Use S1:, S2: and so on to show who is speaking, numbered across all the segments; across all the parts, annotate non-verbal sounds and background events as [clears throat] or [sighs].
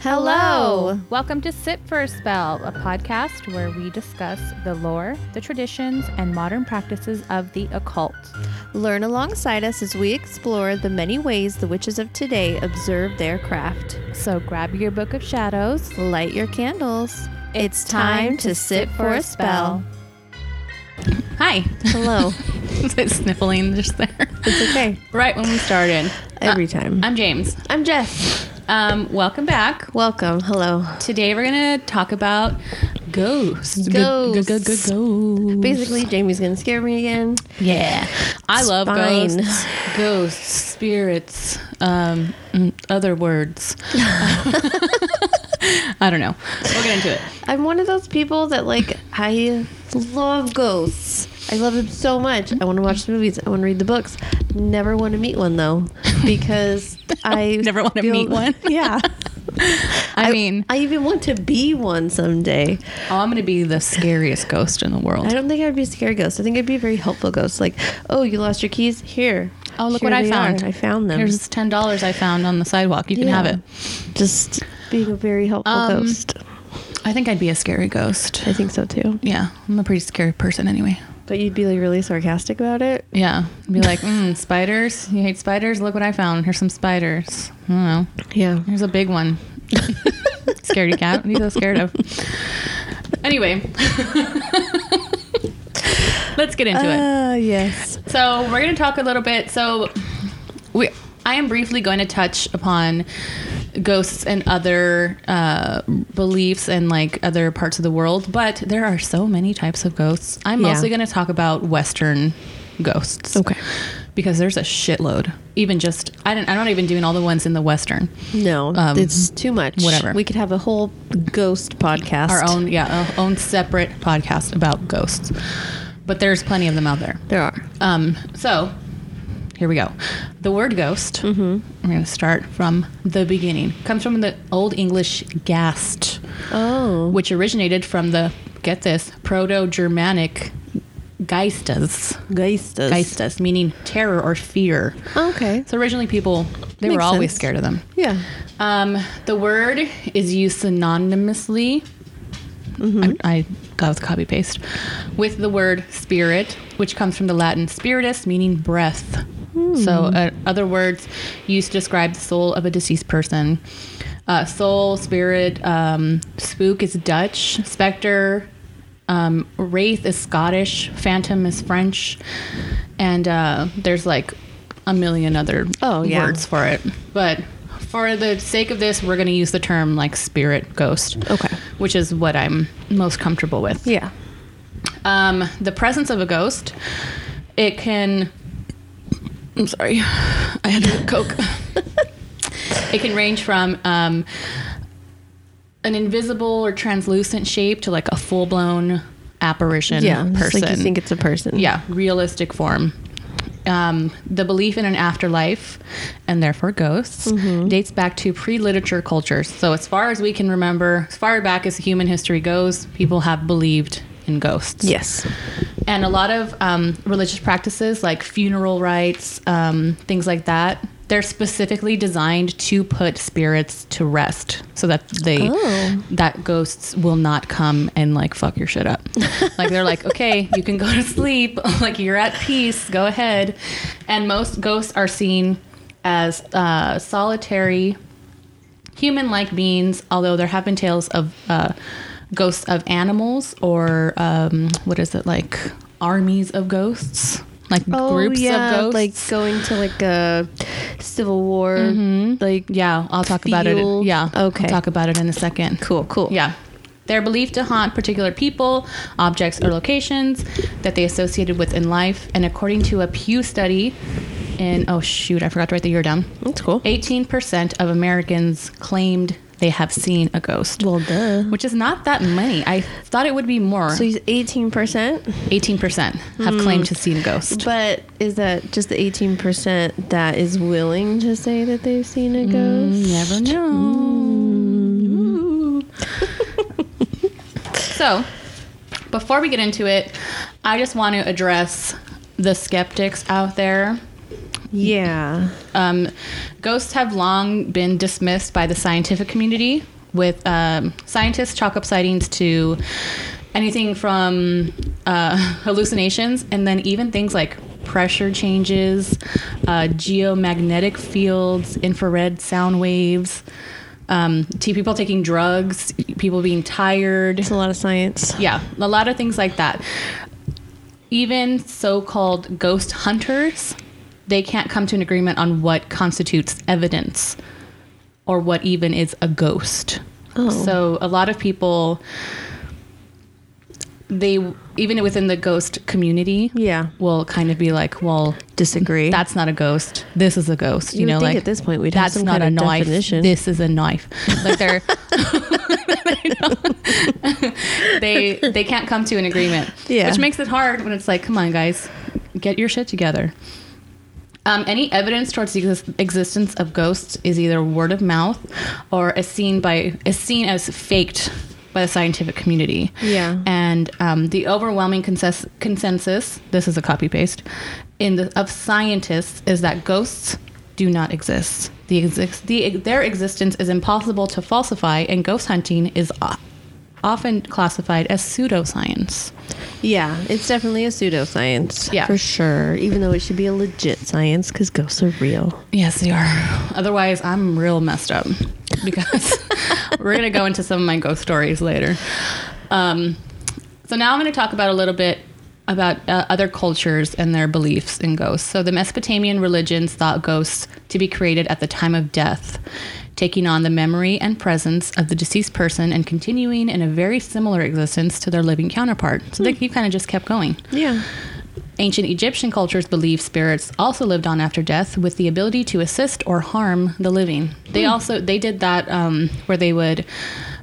S1: Hello.
S2: Welcome to Sit for a Spell, a podcast where we discuss the lore, the traditions, and modern practices of the occult.
S1: Learn alongside us as we explore the many ways the witches of today observe their craft.
S2: So grab your book of shadows.
S1: Light your candles. It's time to sit for a spell.
S2: [laughs]
S3: Hi.
S1: [laughs] Hello.
S3: Is it sniffling just there?
S1: It's [laughs] okay.
S3: Right when we started.
S1: Every time.
S3: I'm James.
S1: Uh, I'm Jess.
S3: Um, welcome back.
S1: Welcome. Hello.
S3: Today we're gonna talk about
S1: Ghosts.
S3: ghosts. Go, go, go, go, go.
S1: Basically, Jamie's going to scare me again.
S3: Yeah. I love
S1: Spine.
S3: ghosts. [laughs] Ghosts, spirits, um, mm, other
S1: [laughs]
S3: words. I don't know. We'll get into it.
S1: I'm one of those people that, like, I love ghosts. I love them so much. I want to watch the movies. I want to read the books. Never want to meet one, though,
S3: [laughs]
S1: because I
S3: Never wanna
S1: feel-
S3: meet one?
S1: [laughs] Yeah.
S3: [laughs] I, mean,
S1: I even want to be one someday.
S3: oh, I'm gonna be the scariest ghost in the world.
S1: I don't think I'd be a scary ghost. I think I'd be a very helpful ghost. Like, oh, you lost your keys? Here.
S3: Oh, look
S1: Here
S3: what I
S1: they are.
S3: found.
S1: I found them.
S3: Here's ten dollars I found on the sidewalk. You can
S1: Yeah.
S3: have it.
S1: Just being a very helpful
S3: Um,
S1: ghost.
S3: I think I'd be a scary ghost.
S1: I think so too.
S3: Yeah, I'm a pretty scary person anyway.
S1: But you'd be like really sarcastic about it.
S3: Yeah,
S1: [laughs]
S3: be like, mm, spiders. You hate spiders? Look what I found. Here's some spiders. I don't know.
S1: Yeah.
S3: Here's a big one. [laughs] Scaredy cat. What are you so scared of? Anyway, let's get into it.
S1: Ah, yes.
S3: So we're gonna talk a little bit. So we, I am briefly going to touch upon ghosts and other uh, beliefs and like other parts of the world, but there are so many types of ghosts. I'm
S1: Yeah.
S3: mostly gonna talk about Western ghosts.
S1: Okay.
S3: Because there's a shitload. Even just I don't I'm not even doing all the ones in the Western.
S1: No,
S3: Um,
S1: it's too much.
S3: whatever.
S1: We could have a whole ghost podcast.
S3: Our own yeah, our own separate podcast about ghosts. But there's plenty of them out there.
S1: There are.
S3: Um, so here we go. The word ghost,
S1: Mm-hmm.
S3: we're going to start from the beginning, comes from the Old English ghast,
S1: Oh.
S3: which originated from the, get this, Proto Germanic geistas,
S1: Geistas.
S3: geistas, meaning terror or fear.
S1: Okay.
S3: So originally people, they were
S1: Makes
S3: always
S1: sense.
S3: scared of them.
S1: Yeah.
S3: Um, the word is used synonymously.
S1: Mm-hmm.
S3: I, I that was copy paste with the word spirit, which comes from the Latin spiritus, meaning breath. So,
S1: Hmm.
S3: uh, other words used to describe the soul of a deceased person. Uh, soul, spirit, um, spook is Dutch, specter, um, wraith is Scottish, phantom is French, and uh, there's like a million other
S1: Oh, yeah.
S3: words for it. But for the sake of this, we're going to use the term like spirit ghost.
S1: Okay.
S3: Which is what I'm most comfortable with.
S1: Yeah.
S3: Um, the presence of a ghost, it can. I'm sorry, I had a
S1: [laughs]
S3: coke. it can range from um, an invisible or translucent shape to like a full blown apparition
S1: Yeah. Just
S3: person.
S1: like you think it's a person.
S3: yeah, realistic form. Um, the belief in an afterlife and therefore ghosts dates back to pre literature cultures. So, as far as we can remember, as far back as human history goes, people have believed in ghosts.
S1: Yes.
S3: And a lot of um, religious practices like funeral rites, um, things like that, they're specifically designed to put spirits to rest so that they
S1: Oh.
S3: that ghosts will not come and like fuck your shit up. like they're like, okay, you can go to sleep. [laughs] like you're at peace. Go ahead. And most ghosts are seen as uh, solitary human like beings, although there have been tales of uh, ghosts of animals or um, what is it like armies of ghosts? Like groups of ghosts.
S1: Oh, Like going to like a civil war. Like
S3: Mm-hmm. yeah, I'll talk about it.
S1: Field.
S3: Yeah.
S1: Okay.
S3: I'll talk about it in a second.
S1: cool, cool.
S3: Yeah. They're believed to haunt particular people, objects, or locations that they associated with in life. And according to a Pew study, in oh shoot, I forgot to write the year down.
S1: That's cool.
S3: 18% of Americans claimed they have seen a ghost.
S1: Well, duh.
S3: Which is not that many. I thought it would be more.
S1: So he's eighteen percent,
S3: 18% have claimed to have seen a ghost.
S1: but is that just the eighteen percent that is willing to say that they've seen a ghost?
S3: Never know. [laughs] so, before we get into it, I just want to address the skeptics out there
S1: Yeah.
S3: Um, ghosts have long been dismissed by the scientific community, with um, scientists chalk up sightings to anything from uh, [laughs] hallucinations and then even things like pressure changes, uh, geomagnetic fields, infrared sound waves, um, to people taking drugs, people being tired.
S1: It's a lot of science.
S3: Yeah, a lot of things like that. Even so called ghost hunters, they can't come to an agreement on what constitutes evidence or what even is a ghost.
S1: Oh.
S3: So a lot of people they even within the ghost community
S1: Yeah.
S3: will kind of be like, well,
S1: Disagree.
S3: that's not a ghost. This is a ghost. You,
S1: You would
S3: know,
S1: think
S3: like
S1: at this point we'd have
S3: that's
S1: some
S3: not
S1: kind
S3: a
S1: of
S3: knife.
S1: definition.
S3: This is a knife.
S1: [laughs]
S3: Like they're they they can't come to an agreement.
S1: Yeah.
S3: which makes it hard when it's like, come on, guys, get your shit together. Um, any evidence towards the exis- existence of ghosts is either word of mouth or is seen by is seen as faked by the scientific community.
S1: Yeah.
S3: and um, the overwhelming consens- consensus this is a copy paste in the, of scientists is that ghosts do not exist. The, exist the their existence is impossible to falsify, and ghost hunting is o- often classified as pseudoscience.
S1: Yeah, it's definitely a pseudoscience.
S3: Yeah.
S1: For sure. Even though it should be a legit science because ghosts are real.
S3: Yes, they are. Otherwise, I'm real messed up [laughs] because [laughs] we're going to go into some of my ghost stories later. Um, so now I'm going to talk about a little bit about uh, other cultures and their beliefs in ghosts. So the Mesopotamian religions thought ghosts to be created at the time of death, taking on the memory and presence of the deceased person and continuing in a very similar existence to their living counterpart. So they kind of just kept going.
S1: Yeah.
S3: Ancient Egyptian cultures believed spirits also lived on after death with the ability to assist or harm the living.
S1: Hmm.
S3: They also they did that um, where they would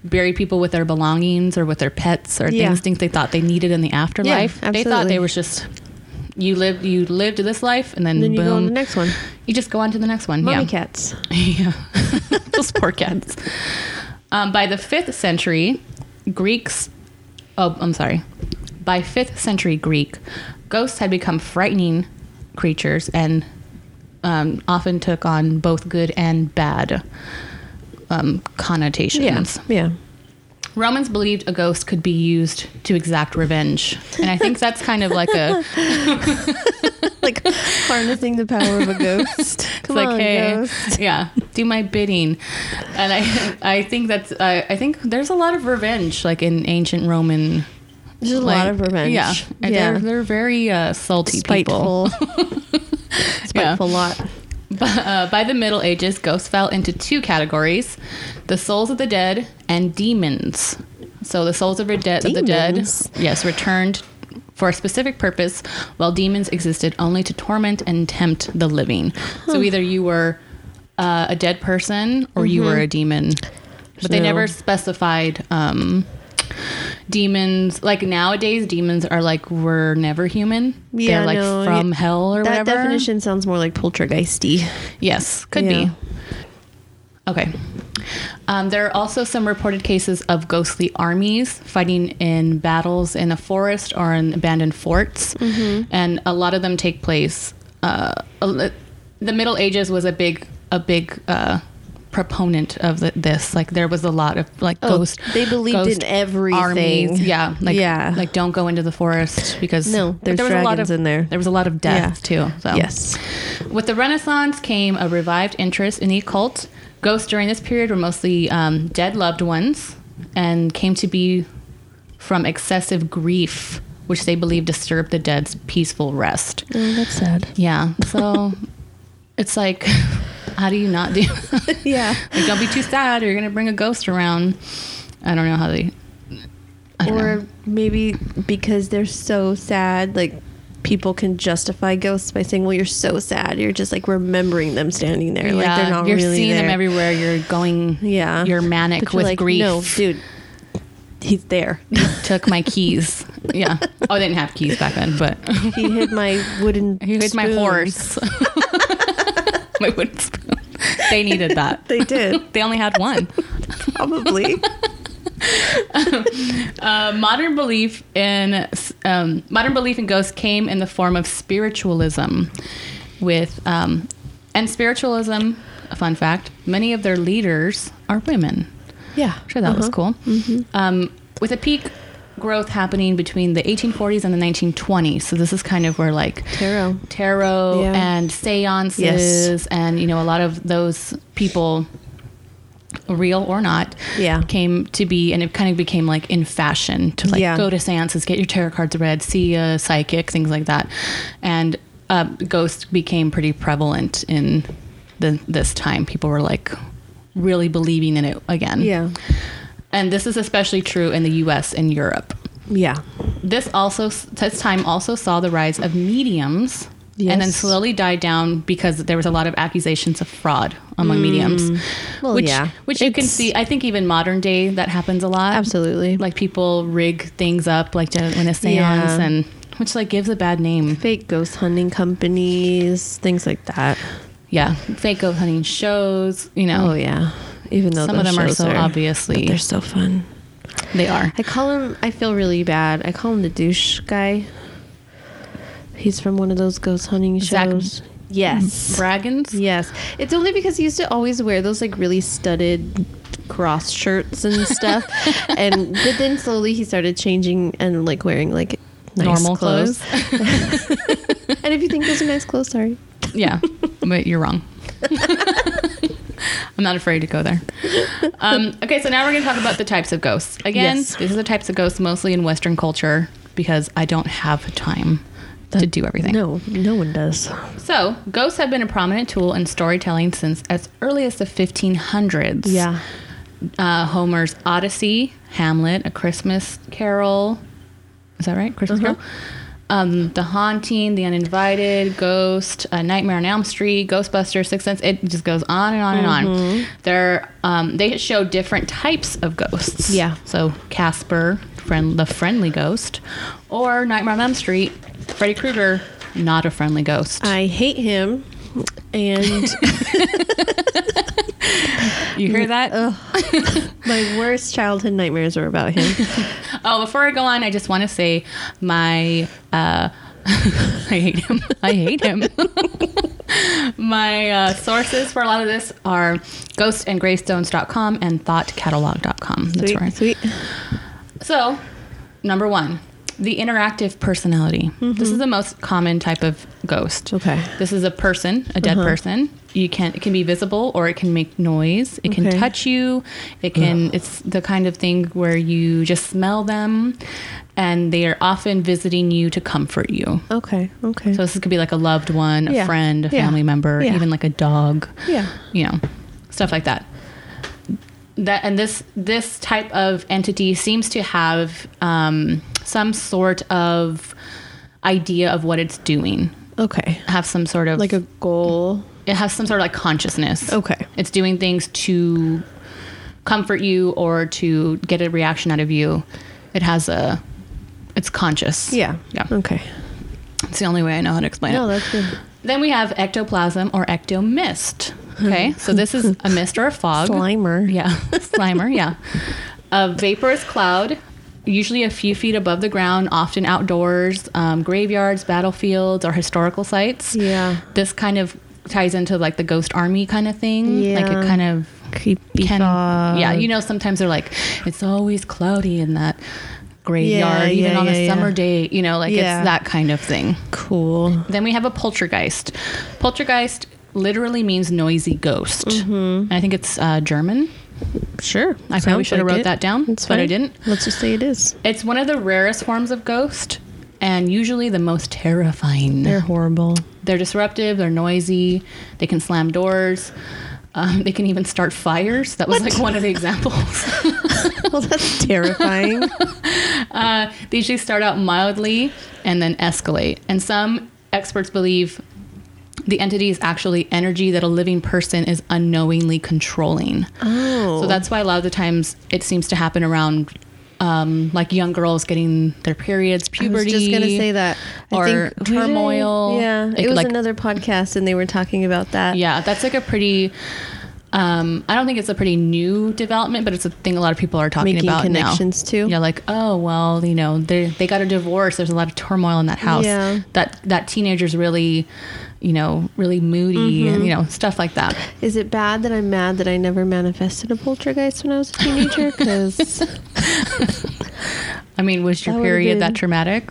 S3: bury people with their belongings or with their pets or
S1: Yeah.
S3: things things they thought they needed in the afterlife. they thought
S1: absolutely.
S3: they was just you lived you lived this life and
S1: And
S3: then,
S1: then
S3: boom
S1: you go on the next one.
S3: you just go on to the next one.
S1: Mummy
S3: yeah.
S1: cats.
S3: Yeah. [laughs] Those poor cats. Um, by the 5th century, Greeks. Oh, I'm sorry. By 5th century Greek, ghosts had become frightening creatures and um, often took on both good and bad um, connotations.
S1: Yeah.
S3: Romans believed a ghost could be used to exact revenge. And I think that's kind of like a.
S1: Like [laughs] harnessing the power of a [laughs] ghost. Come
S3: it's
S1: on,
S3: like, hey,
S1: ghost.
S3: [laughs] yeah, do my bidding. And I, I think that's, I, I think there's a lot of revenge, like in ancient Roman.
S1: There's a lot
S3: like-
S1: of revenge.
S3: Yeah, And
S1: Yeah.
S3: They're, they're very uh, salty people.
S1: Spiteful. [laughs] Spiteful lot.
S3: [laughs] B- uh, by the Middle Ages, ghosts fell into two categories: the souls of the dead and demons. So the souls of, the dead, of the dead,
S1: Demons?
S3: yes, returned for a specific purpose, while demons existed only to torment and tempt the living. So either you were uh, a dead person or you were a demon, but
S1: Mm-hmm.
S3: they
S1: So-
S3: never specified. Um, Demons, like nowadays, demons are like we're never human.
S1: Yeah,
S3: They're like
S1: no,
S3: from
S1: y-
S3: hell or
S1: That
S3: whatever.
S1: definition sounds more like poltergeisty.
S3: Yes, could
S1: Yeah.
S3: be. Okay. Um, there are also some reported cases of ghostly armies fighting in battles in a forest or in abandoned forts,
S1: Mm-hmm.
S3: and a lot of them take place. Uh, a li- the Middle Ages was a big, a big uh, proponent of the, this. Like there was a lot of like
S1: Oh,
S3: ghost.
S1: they believed in everything.
S3: Armies, yeah, like
S1: Yeah.
S3: like don't go into the forest because
S1: No,
S3: but
S1: there's dragons
S3: of,
S1: in there.
S3: There was a lot of death
S1: Yeah.
S3: too. So
S1: Yes.
S3: with the Renaissance came a revived interest in the occult. Ghosts during this period were mostly um, dead loved ones and came to be from excessive grief, which they believed disturbed the dead's peaceful rest.
S1: Oh, that's sad.
S3: Yeah,
S1: [laughs]
S3: so it's like, [laughs] how do you not do
S1: [laughs] Yeah.
S3: Like, don't be too sad or you're going to bring a ghost around. I don't know how they. I don't
S1: or
S3: know.
S1: maybe because they're so sad, like people can justify ghosts by saying, "Well, you're so sad. You're just like remembering them standing there. like they're not
S3: you're
S1: really
S3: seeing
S1: there."
S3: them everywhere. You're going,
S1: Yeah,
S3: you're manic
S1: But you're
S3: with
S1: like,
S3: grief.
S1: No, dude, he's there.
S3: took my keys. Yeah. Oh, I didn't have keys back then, but
S1: [laughs] He hid my wooden.
S3: [laughs] he hid my
S1: spoon.
S3: horse.
S1: [laughs]
S3: my wooden spoon. They needed that.
S1: They did
S3: They only had one. [laughs]
S1: probably.
S3: Uh, modern belief in um, modern belief in ghosts came in the form of spiritualism. with um, and spiritualism. A fun fact: many of their leaders are women.
S1: Yeah.
S3: I'm sure that
S1: Uh-huh.
S3: was cool.
S1: Mm-hmm.
S3: Um, with a peak growth happening between the 1840s and the 1920s. So this is kind of where like
S1: Tarot.
S3: tarot
S1: Yeah.
S3: and seances and you know a lot of those people real or not
S1: Yeah.
S3: came to be and it kind of became like in fashion to like
S1: Yeah.
S3: go to seances get your tarot cards read see a psychic things like that and uh, ghosts became pretty prevalent in the, this time people were like really believing in it again
S1: Yeah.
S3: and this is especially true in the us and europe
S1: Yeah.
S3: this also this time also saw the rise of mediums and then
S1: Yes.
S3: slowly died down because there was a lot of accusations of fraud among mediums
S1: Mm. Well,
S3: which
S1: yeah.
S3: which you can
S1: It's-
S3: see i think even modern day that happens a lot
S1: Absolutely.
S3: like people rig things up like to win a seance
S1: Yeah.
S3: and which like gives a bad name
S1: fake ghost hunting companies, things like that.
S3: yeah fake goat hunting shows you know
S1: Oh yeah. Even though
S3: some of
S1: those
S3: them are
S1: shows
S3: so
S1: but
S3: obviously
S1: they're so fun.
S3: they are
S1: I call him. I feel really bad. I call him the douche guy. He's from one of those ghost hunting
S3: Zach-
S1: shows. yes.
S3: [laughs] dragons
S1: Yes. It's only because he used to always wear those like really studded cross shirts and
S3: [laughs]
S1: stuff. and but then slowly he started changing and like wearing like nice
S3: normal
S1: clothes.
S3: clothes.
S1: [laughs] and if you think those are nice clothes, sorry.
S3: Yeah, but you're
S1: [laughs]
S3: wrong. I'm not afraid to go there. Um, okay, so now we're going to talk about the types of ghosts. Again,
S1: Yes.
S3: these are the types of ghosts mostly in Western culture because I don't have time to do everything.
S1: No, no one does.
S3: So, ghosts have been a prominent tool in storytelling since as early as the 1500s.
S1: Yeah.
S3: Uh, Homer's Odyssey, Hamlet, A Christmas Carol. Is that right? Christmas
S1: Uh-huh.
S3: Carol? Um, the Haunting, The Uninvited, Ghost, uh, Nightmare on Elm Street, Ghostbusters, Sixth Sense. It just goes on and on and on. They're, um, they show different types of ghosts.
S1: Yeah.
S3: So Casper, friend, the friendly ghost, or Nightmare on Elm Street, Freddy Krueger, not a friendly ghost.
S1: I hate him. And
S3: You
S1: [laughs]
S3: hear that?
S1: my worst childhood nightmares are about him.
S3: Oh, before I go on, I just want to say my uh, [laughs] I hate him. I hate him. [laughs] my uh, sources for a lot of this are ghostandgravestones.com and thoughtcatalog.com. That's
S1: Sweet,
S3: right.
S1: sweet.
S3: So, number one, the interactive personality. This is the most common type of ghost.
S1: Mm-hmm. Okay. Uh-huh.
S3: This is a person, a dead person. You can it can be visible or it can make noise. It
S1: Okay.
S3: can touch you. It can it's the kind of thing where you just smell them and they are often visiting you to comfort you.
S1: Okay. Okay.
S3: So this could be like a loved one, a
S1: Yeah.
S3: friend, a
S1: Yeah.
S3: family member,
S1: Yeah.
S3: even like a dog
S1: yeah.
S3: you know stuff like that that and this this type of entity seems to have um, some sort of idea of what it's doing
S1: Okay.
S3: have some sort of
S1: Like a goal.
S3: it has some sort of like consciousness
S1: Okay.
S3: it's doing things to comfort you or to get a reaction out of you it has a it's conscious
S1: Yeah.
S3: yeah
S1: Okay.
S3: it's the only way i know how to explain it
S1: No, that's good.
S3: then we have ectoplasm or ectomist
S1: [laughs]
S3: okay so this is a mist or a fog
S1: Slimer.
S3: yeah, [laughs] Slimer. Yeah, a vaporous cloud, usually a few feet above the ground, often outdoors, um, graveyards, battlefields, or historical sites.
S1: Yeah.
S3: This kind of ties into like the ghost army kind of thing. Like
S1: Yeah.
S3: it kind of
S1: Creepy.
S3: can.
S1: thought.
S3: Yeah, you know, sometimes they're like, it's always cloudy in that graveyard,
S1: Yeah,
S3: even
S1: yeah,
S3: on
S1: yeah,
S3: a
S1: yeah.
S3: summer day. You know, like
S1: Yeah.
S3: it's that kind of thing.
S1: Cool.
S3: Then we have a poltergeist. Poltergeist literally means noisy ghost. And I think it's uh, German.
S1: Sure.
S3: I probably should have wrote that down, but I didn't.
S1: Let's just say it is.
S3: It's one of the rarest forms of ghost and usually the most terrifying.
S1: They're
S3: They're,
S1: horrible.
S3: disruptive, they're noisy, they can slam doors. Um, they can even start fires. That was like one of the [laughs] examples.
S1: [laughs] well, that's terrifying.
S3: Uh, they usually start out mildly and then escalate. And some experts believe the entity is actually energy that a living person is unknowingly controlling.
S1: oh.
S3: So that's why a lot of the times it seems to happen around um, like young girls getting their periods,
S1: I
S3: puberty.
S1: was just gonna say that.
S3: or turmoil.
S1: Yeah,
S3: Like-
S1: it was
S3: like-
S1: another podcast, and they were talking about that.
S3: Yeah, that's like a pretty. Um, I don't think it's a pretty new development, but it's a thing a lot of people are talking
S1: Making
S3: about
S1: connections
S3: now.
S1: to.
S3: Yeah, like oh well, you know they they got a divorce. There's a lot of turmoil in that house.
S1: Yeah.
S3: That that teenager's really you know, really moody
S1: Mm-hmm.
S3: and, you know, stuff like that.
S1: Is it bad that I'm mad that I never manifested a poltergeist when I was a
S3: [laughs]
S1: teenager? Because
S3: I mean, was your
S1: That would've
S3: period that
S1: been-
S3: traumatic?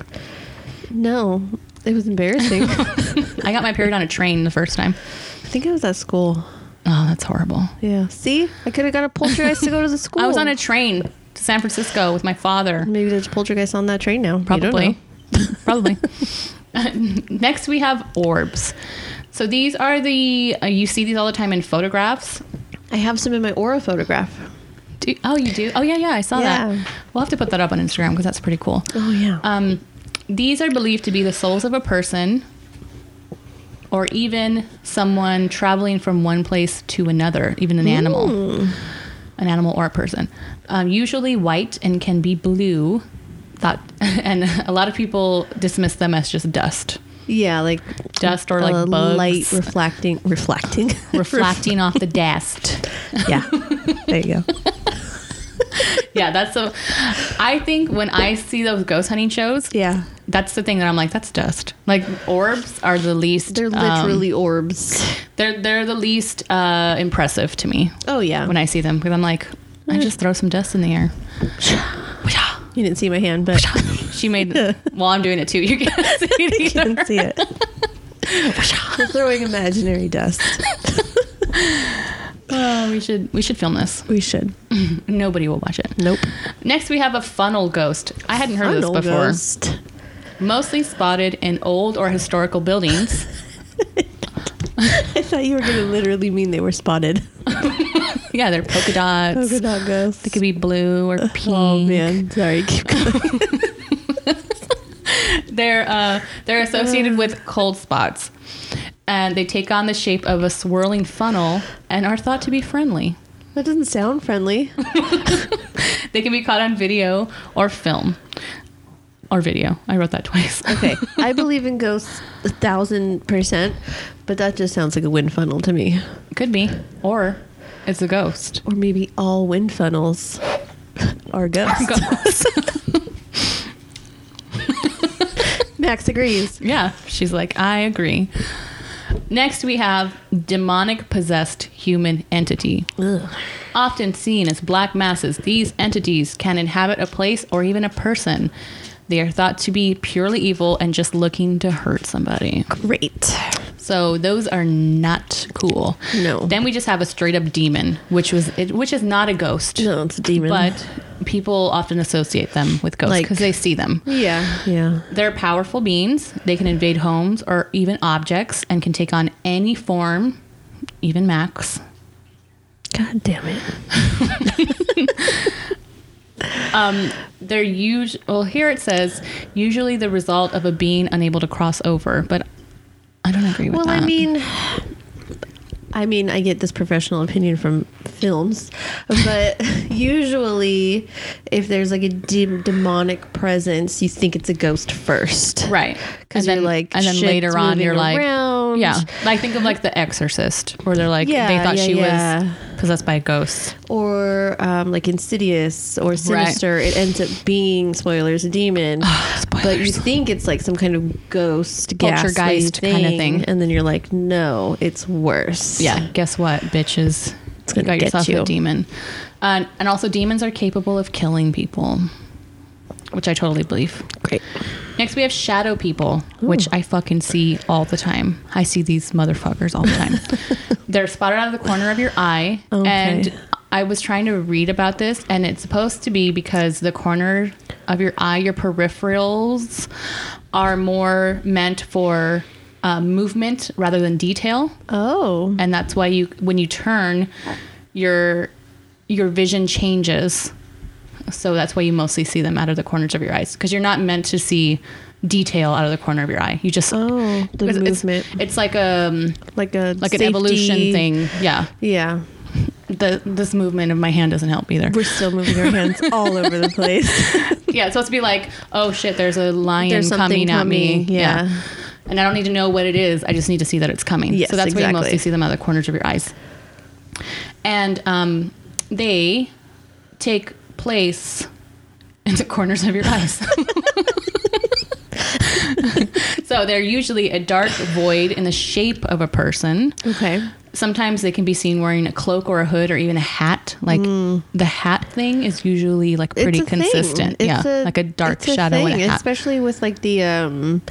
S1: no, it was
S3: [laughs]
S1: embarrassing. I
S3: I got my period on a train the first time.
S1: think I was at school.
S3: Oh, that's horrible.
S1: Yeah. See, I could have got a poltergeist to go to the school.
S3: [laughs] I was on a train to San Francisco with my father.
S1: Maybe there's a poltergeist on that train now. You don't know.
S3: Probably. [laughs] Probably. Next, we have orbs. So these are the uh, you see these all the time in photographs.
S1: I have some in my aura photograph.
S3: Do, oh, you do? Oh, yeah, yeah. I saw
S1: Yeah.
S3: that. We'll have to put that up on Instagram because that's pretty cool.
S1: Oh yeah.
S3: Um, these are believed to be the souls of a person or even someone traveling from one place to another, even an animal, an animal or a person. Um, usually white and can be blue. That, [laughs] and a lot of people dismiss them as just dust,
S1: yeah, like
S3: dust or like
S1: a
S3: bugs
S1: light reflecting, reflecting,
S3: [laughs]
S1: [laughs]
S3: reflecting off the dust. [laughs]
S1: yeah. There you go.
S3: Yeah, that's so. I think when I see those ghost hunting shows,
S1: Yeah.
S3: that's the thing that I'm like, that's dust. Like orbs are the least.
S1: They're
S3: um,
S1: literally orbs.
S3: They're they're the least uh, impressive to me
S1: Oh yeah.
S3: when I see them because I'm like, I just throw some dust in the air.
S1: you didn't see my hand, but [laughs]
S3: She made. well, I'm doing it too. You can't see
S1: you
S3: [laughs] it either.
S1: didn't see [laughs] it. We're throwing imaginary dust.
S3: Oh, we should we should film this.
S1: We should.
S3: Nobody will watch it.
S1: Nope.
S3: Next, we have a funnel ghost. I hadn't heard of this before.
S1: Ghost.
S3: Mostly spotted in old or
S1: [laughs]
S3: historical buildings.
S1: I thought you were going to literally mean they were spotted.
S3: yeah, they're polka dots.
S1: [laughs] Polka [laughs] dot ghost.
S3: They could be blue or pink.
S1: Oh man, sorry. Keep going.
S3: They're uh, they're associated with cold spots, and they take on the shape of a swirling funnel and are thought to be friendly.
S1: [laughs] That doesn't sound friendly.
S3: They can be caught on video or film, or video. I wrote that [laughs] twice.
S1: Okay, I believe in ghosts a thousand percent, but that just sounds like a wind funnel to me.
S3: Could be, or it's a ghost.
S1: Or maybe all wind funnels are ghosts. [laughs] Max agrees.
S3: yeah, she's like, I agree. Next, we have demonic possessed human entity.
S1: Ugh.
S3: Often seen as black masses, these entities can inhabit a place or even a person. They are thought to be purely evil and just looking to hurt somebody.
S1: Great.
S3: So those are not cool.
S1: No.
S3: Then we just have a straight up demon, which was it, which is not a ghost,
S1: No, it's a demon.
S3: but people often associate them with ghosts
S1: Like-
S3: because they see them.
S1: yeah, yeah.
S3: They're powerful beings. They can invade homes or even objects and can take on any form, even Max.
S1: God damn it.
S3: They're usually well here it says usually the result of a being unable to cross over, but I don't agree with
S1: Well,
S3: that.
S1: I mean, I mean, I get this professional opinion from films, but [laughs] usually, if there's like a de- demonic presence, you think it's a ghost first,
S3: right?
S1: Because
S3: And
S1: you're like,
S3: and then
S1: shit's
S3: later on,
S1: moving
S3: you're like,
S1: around.
S3: yeah. Like think of like The Exorcist, where they're like they
S1: Yeah,
S3: thought
S1: yeah,
S3: she
S1: yeah.
S3: was possessed by a ghost.
S1: or um, like Insidious or Sinister. It ends up being spoilers, a demon. But you
S3: spoilers.
S1: think it's like some kind of ghost, ghastly
S3: Poltergeist
S1: thing,
S3: kind of thing.
S1: and then you're like, no, it's worse.
S3: Yeah, guess what, bitches? You
S1: gonna
S3: got
S1: get
S3: yourself a
S1: you.
S3: demon, and, and also demons are capable of killing people, which I totally believe.
S1: great.
S3: Next, we have shadow people, which I fucking see all the time. I see these motherfuckers all the time.
S1: [laughs]
S3: They're spotted out of the corner of your eye.
S1: Okay.
S3: And I was trying to read about this, and it's supposed to be because the corner of your eye, your peripherals, are more meant for uh, movement rather than detail
S1: Oh,
S3: and that's why you when you turn your your vision changes so that's why you mostly see them out of the corners of your eyes because you're not meant to see detail out of the corner of your eye you just
S1: oh, the
S3: because it's-
S1: movement.
S3: it's, like a
S1: like a
S3: like
S1: safety-
S3: an evolution thing yeah
S1: Yeah,
S3: the this movement of my hand doesn't help either
S1: we're still moving our
S3: [laughs]
S1: hands all over the place.
S3: yeah it's supposed to be like oh shit there's a lion
S1: There's
S3: coming,
S1: something
S3: at me
S1: coming, yeah.
S3: and i don't need to know what it is i just need to see that it's coming
S1: Yes,
S3: so that's why you
S1: exactly.
S3: mostly see them out of the corners of your eyes and um, they take place in the corners of your eyes [laughs] so they're usually a dark void in the shape of a person.
S1: Okay.
S3: Sometimes they can be seen wearing a cloak or a hood or even a hat. Like the hat thing is usually like
S1: Mm.
S3: pretty
S1: It's a thing.
S3: consistent.
S1: It's
S3: yeah. like a dark
S1: it's
S3: shadow in
S1: thing,
S3: a hat.
S1: especially with like the um,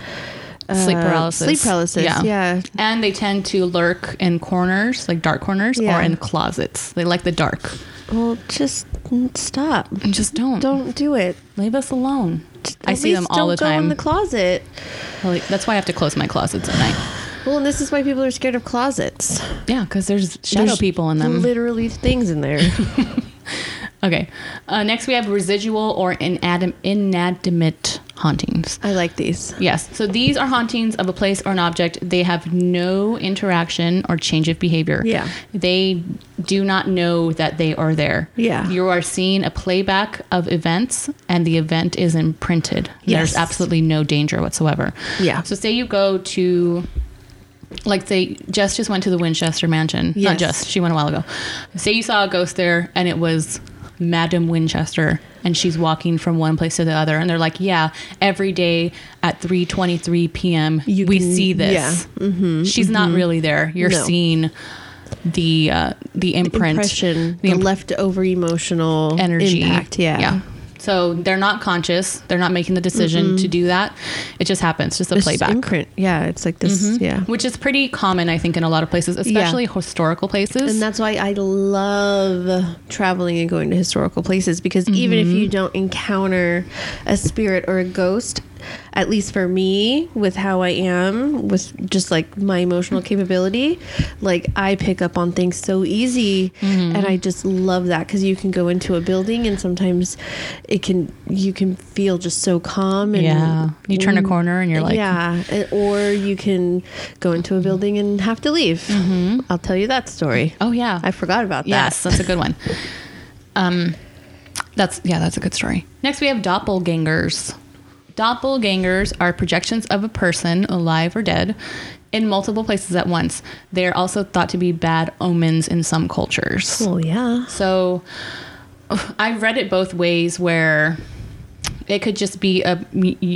S3: sleep
S1: uh,
S3: paralysis.
S1: Sleep paralysis. Yeah.
S3: And they tend to lurk in corners, like dark corners,
S1: Yeah.
S3: or in closets. They like the dark.
S1: Well, just n- stop.
S3: And just don't.
S1: Mm. Don't do it.
S3: leave us alone.
S1: Just
S3: I
S1: at
S3: see them
S1: least
S3: all the
S1: don't Go in
S3: time.
S1: the closet.
S3: Well, That's why I have to close my closets at night.
S1: Well, and this is why people are scared of closets.
S3: Yeah, because there's shadow
S1: There's
S3: people in them.
S1: Literally things in
S3: [laughs]
S1: there.
S3: okay. Uh, next, we have residual or inadim- inanimate hauntings.
S1: I like these.
S3: Yes. So these are hauntings of a place or an object. They have no interaction or change of behavior.
S1: Yeah.
S3: They do not know that they are there.
S1: Yeah.
S3: You are seeing a playback of events and the event is imprinted.
S1: Yes.
S3: There's absolutely no danger whatsoever.
S1: Yeah.
S3: So say you go to like they Jess just went to the Winchester mansion.
S1: Yes.
S3: Not Jess, she went a while ago. Say you saw a ghost there and it was Madam Winchester and she's walking from one place to the other and they're like, Yeah, every day at three twenty three PM
S1: You
S3: we
S1: can-
S3: see this.
S1: yeah. Mm-hmm.
S3: she's not really there. You're
S1: No.
S3: seeing the uh, the imprint
S1: Impression,
S3: the
S1: the,
S3: imp-
S1: leftover emotional
S3: energy
S1: impact. Yeah.
S3: Yeah. So they're not conscious. They're not making the decision to do that. It just happens. Just a
S1: Mm-hmm. This
S3: playback. Mm-hmm.
S1: imprint. Yeah, it's like this. Yeah.
S3: which is pretty common i think in a lot of places especially historical places
S1: And that's why I love traveling and going to historical places because even if
S3: Mm-hmm.
S1: you don't encounter a spirit or a ghost, at least for me, with how I am, with just like my emotional capability, like I pick up on things so easy.
S3: Mm-hmm.
S1: And I just love that because you can go into a building and sometimes it can, you can feel just so calm. And
S3: yeah you turn a corner and you're like
S1: yeah, and- Uh, eh, or you can go into a building and have to leave. I'll tell you that story.
S3: Mm-hmm. oh yeah
S1: I forgot about that.
S3: yes that's a good one um that's yeah that's a good story next we have doppelgangers doppelgangers are projections of a person alive or dead in multiple places at once they're also thought to be bad omens in some cultures
S1: Well, Oh, yeah.
S3: So I've read it both ways where it could just be a,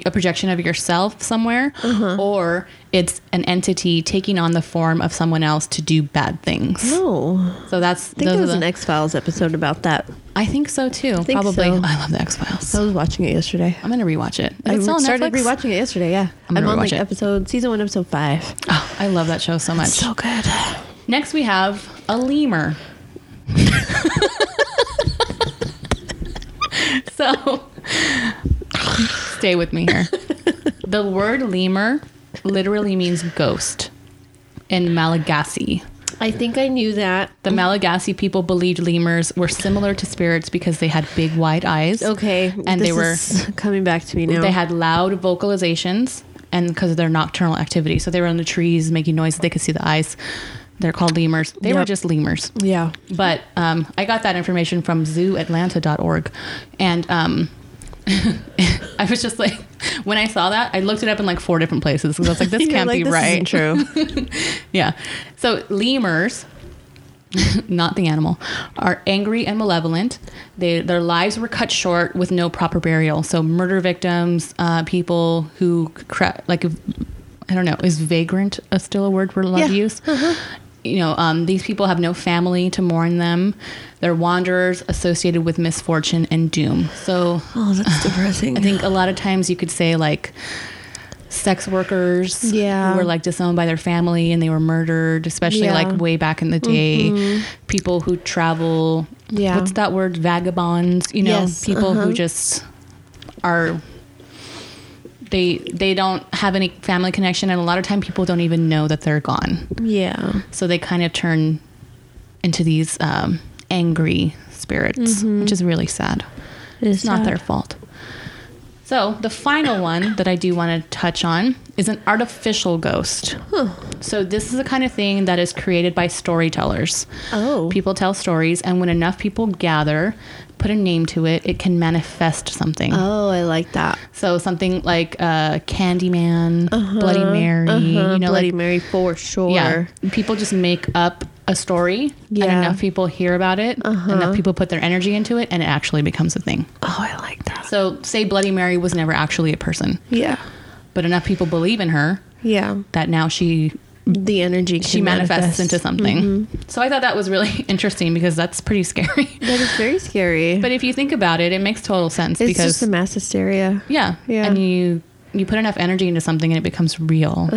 S3: a projection of yourself somewhere,
S1: Uh-huh.
S3: or it's an entity taking on the form of someone else to do bad things.
S1: Oh,
S3: So that's
S1: I think
S3: those
S1: there
S3: are
S1: was
S3: the-
S1: an X Files episode about that.
S3: I think so too.
S1: think
S3: Probably.
S1: so.
S3: I love the X Files.
S1: I was watching it yesterday.
S3: I'm gonna rewatch it. Is
S1: I
S3: it Oh, still on
S1: started
S3: Netflix?
S1: rewatching it yesterday. Yeah,
S3: I'm
S1: I'm,
S3: gonna
S1: on
S3: rewatch
S1: like
S3: it.
S1: episode season one, episode five.
S3: Oh, I love that show so much.
S1: good.
S3: Next we have a lemur. [laughs] so stay with me here. The word lemur literally means ghost in Malagasy.
S1: I think I knew that.
S3: The Malagasy people believed lemurs were similar to spirits because they had big wide eyes.
S1: Okay,
S3: And they
S1: this
S3: were
S1: is coming back to me now.
S3: they had loud vocalizations and because of their nocturnal activity. So they were in the trees making noise, they could see the eyes. They're called lemurs. They were
S1: Yep.
S3: just lemurs.
S1: yeah.
S3: But um, I got that information from zooatlanta.org. And um, [laughs] I was just like, when I saw that, I looked it up in like four different places because I was like, this
S1: [laughs] You're
S3: can't
S1: like,
S3: be
S1: this
S3: right.
S1: isn't true.
S3: [laughs] Yeah. So lemurs, [laughs] not the animal, are angry and malevolent. They, their lives were cut short with no proper burial. So murder victims, uh, people who cra- like, I don't know, is vagrant a, still a word for love
S1: Yeah.
S3: use? You know, um, these people have no family to mourn them. They're wanderers associated with misfortune and doom. So
S1: oh, that's depressing.
S3: I think a lot of times you could say like sex workers
S1: Yeah.
S3: who were like disowned by their family and they were murdered, especially
S1: Yeah. Mm-hmm.
S3: like way back in the day. People who travel,
S1: Yeah.
S3: what's that word? Vagabonds, you know,
S1: Yes, Uh-huh.
S3: people who just are they they don't have any family connection and a lot of time people don't even know that they're gone.
S1: [laughs] yeah.
S3: So they kind of turn into these um, angry spirits,
S1: Mm-hmm.
S3: which is really sad
S1: It is
S3: it's not
S1: sad.
S3: their fault. So the final one that I do want to touch on is an artificial ghost. So this is the kind of thing that is created by storytellers.
S1: Oh.
S3: People tell stories, and when enough people gather, put a name to it, it can manifest something.
S1: Oh, I like that.
S3: So something like uh, Candyman, Bloody Mary, you know,
S1: Uh-huh. Bloody
S3: like
S1: Mary for sure.
S3: yeah, people just make up a story, and
S1: Yeah. Uh-huh.
S3: enough people hear about it, enough people put their energy into it, and it actually becomes a thing.
S1: Oh, I like that.
S3: So, say Bloody Mary was never actually a person.
S1: Yeah.
S3: but enough people believe in her
S1: Yeah.
S3: that now she
S1: The energy can
S3: she manifests
S1: manifest.
S3: into something.
S1: Mm-hmm.
S3: So I thought that was really [laughs] interesting because that's pretty
S1: [laughs]
S3: scary.
S1: [laughs] That is very scary.
S3: But if you think about it, it makes total sense
S1: it's
S3: because
S1: just a mass hysteria.
S3: yeah,
S1: Yeah.
S3: and you you put enough energy into something and it becomes real.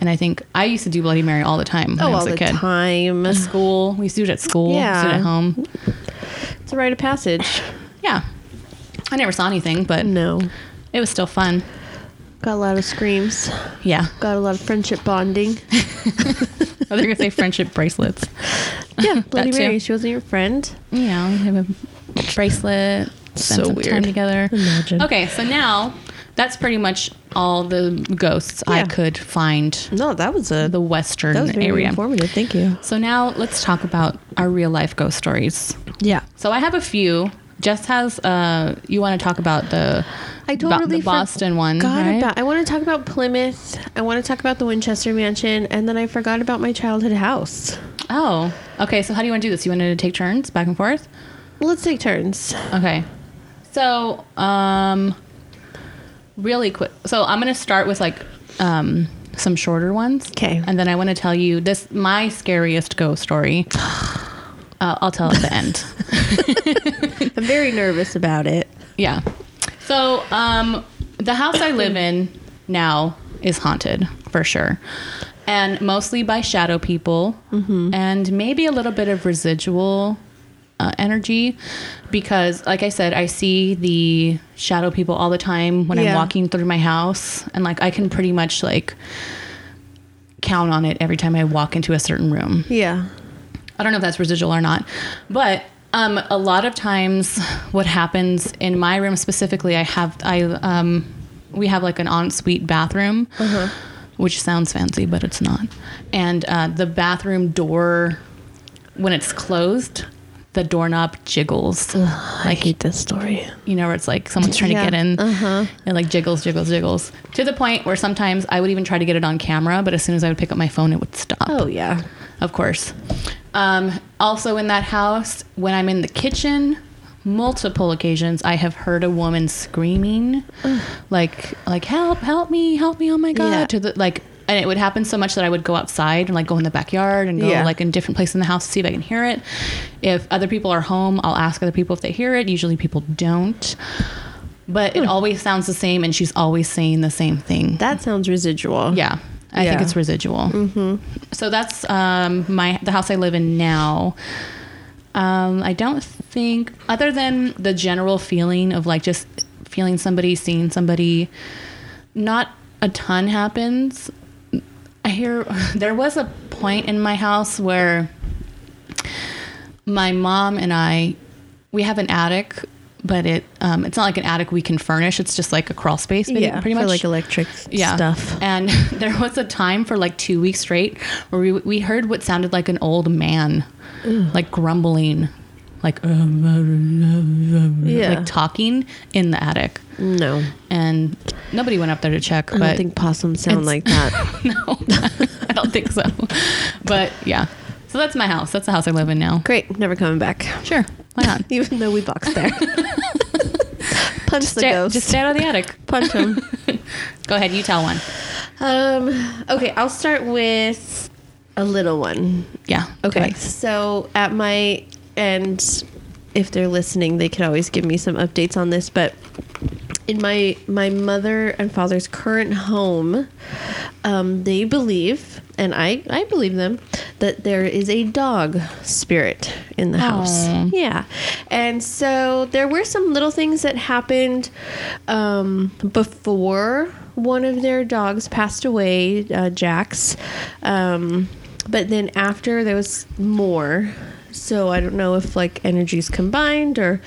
S3: And I think I used to do Bloody Mary all the time when
S1: Uh-huh. oh,
S3: I was
S1: all
S3: a
S1: the
S3: kid.
S1: time.
S3: At school, we used to do it at school. we used to do it
S1: Yeah.
S3: at home.
S1: It's a rite of passage.
S3: Yeah, I never saw anything, but
S1: No.
S3: it was still fun.
S1: Got a lot of screams.
S3: Yeah,
S1: Got a lot of friendship
S3: [laughs]
S1: bonding.
S3: I was gonna say friendship bracelets.
S1: Yeah, Bloody
S3: too.
S1: Mary. She wasn't your friend.
S3: Yeah, we have a bracelet. Spend
S1: So
S3: some
S1: weird.
S3: time together.
S1: Imagine.
S3: Okay, so now that's pretty much all the ghosts I
S1: Yeah.
S3: could find
S1: No, that was a
S3: the western
S1: that was very
S3: area.
S1: informative. Thank you.
S3: So now let's talk about our real life ghost stories.
S1: Yeah.
S3: So I have a few. Jess has. Uh, you want to talk about the
S1: I
S3: Bo-
S1: totally
S3: the Boston one,
S1: forgot
S3: right?
S1: about. I want to talk about Plymouth. I want to talk about the Winchester Mansion, and then I forgot about my childhood house.
S3: Oh, okay. So how do you want to do this? You want to take turns back and forth?
S1: Let's take turns.
S3: Okay. So, um, really quick. So I'm gonna start with like um, some shorter ones.
S1: 'Kay.
S3: And then I want to tell you this my scariest ghost story. Uh, I'll tell at the end.
S1: I'm very nervous about it.
S3: Yeah. So, um, the house I live in now is haunted for sure. And mostly by shadow people and maybe a little bit of residual uh, energy because, like I said, I see the shadow people all the time when I'm
S1: Yeah.
S3: walking through my house. And, like, I can pretty much, like, count on it every time I walk into a certain room.
S1: Yeah.
S3: I don't know if that's residual or not, but um, a lot of times, what happens in my room specifically, I have I um, we have like an ensuite bathroom, which sounds fancy, but it's not. And uh, the bathroom door, when it's closed, the doorknob jiggles.
S1: I hate this story.
S3: You know, where it's like someone's trying
S1: Yeah.
S3: to get in, and like jiggles, jiggles, jiggles, to the point where sometimes I would even try to get it on camera, but as soon as I would pick up my phone, it would stop
S1: Oh yeah.
S3: of course. Um, also, in that house, when I'm in the kitchen, multiple occasions I have heard a woman screaming, like like help, help me, help me, oh my god,
S1: Yeah.
S3: to the like. And it would happen so much that I would go outside and like go in the backyard and go
S1: Yeah.
S3: like in different places in the house to see if I can hear it. If other people are home, I'll ask other people if they hear it. Usually people don't. But
S1: Hmm.
S3: it always sounds the same and she's always saying the same thing.
S1: That sounds residual.
S3: Yeah. I think
S1: Yeah.
S3: it's residual. Mm-hmm. So that's um, my the house I live in now. Um, I don't think other than the general feeling of like just feeling somebody, seeing somebody, not a ton happens. I hear [laughs] there was a point in my house where my mom and I we have an attic, but it um, it's not like an attic we can furnish. It's just like a crawl space,
S1: Yeah.
S3: pretty
S1: for
S3: much
S1: like electric stuff.
S3: and [laughs] there was a time for like two weeks straight where we, we heard what sounded like an old man, like grumbling, like
S1: Yeah.
S3: like talking in the attic.
S1: No.
S3: And nobody went up there to check,
S1: I
S3: but
S1: don't think possums sound
S3: it's-
S1: like
S3: [laughs]
S1: that.
S3: no, [laughs] I don't think so. But yeah, so that's my house. That's the house I live in now.
S1: Great. Never coming back.
S3: Sure,
S1: [laughs]
S3: why not?
S1: Even though we boxed
S3: [laughs]
S1: there. Punch the
S3: Stay-
S1: ghost.
S3: just stay out of the attic.
S1: Punch him.
S3: Go ahead, you tell one.
S1: [laughs] Um, okay, I'll start with a little one.
S3: Yeah.
S1: Okay,
S3: do it.
S1: so at my end, if they're listening, they could always give me some updates on this. But in my my mother and father's current home, um, they believe, and I I believe them, that there is a dog spirit in the house.
S3: Aw.
S1: Yeah, and so there were some little things that happened um, before one of their dogs passed away, uh, Jax. Um, but then after there was more. So I don't know if like energies combined or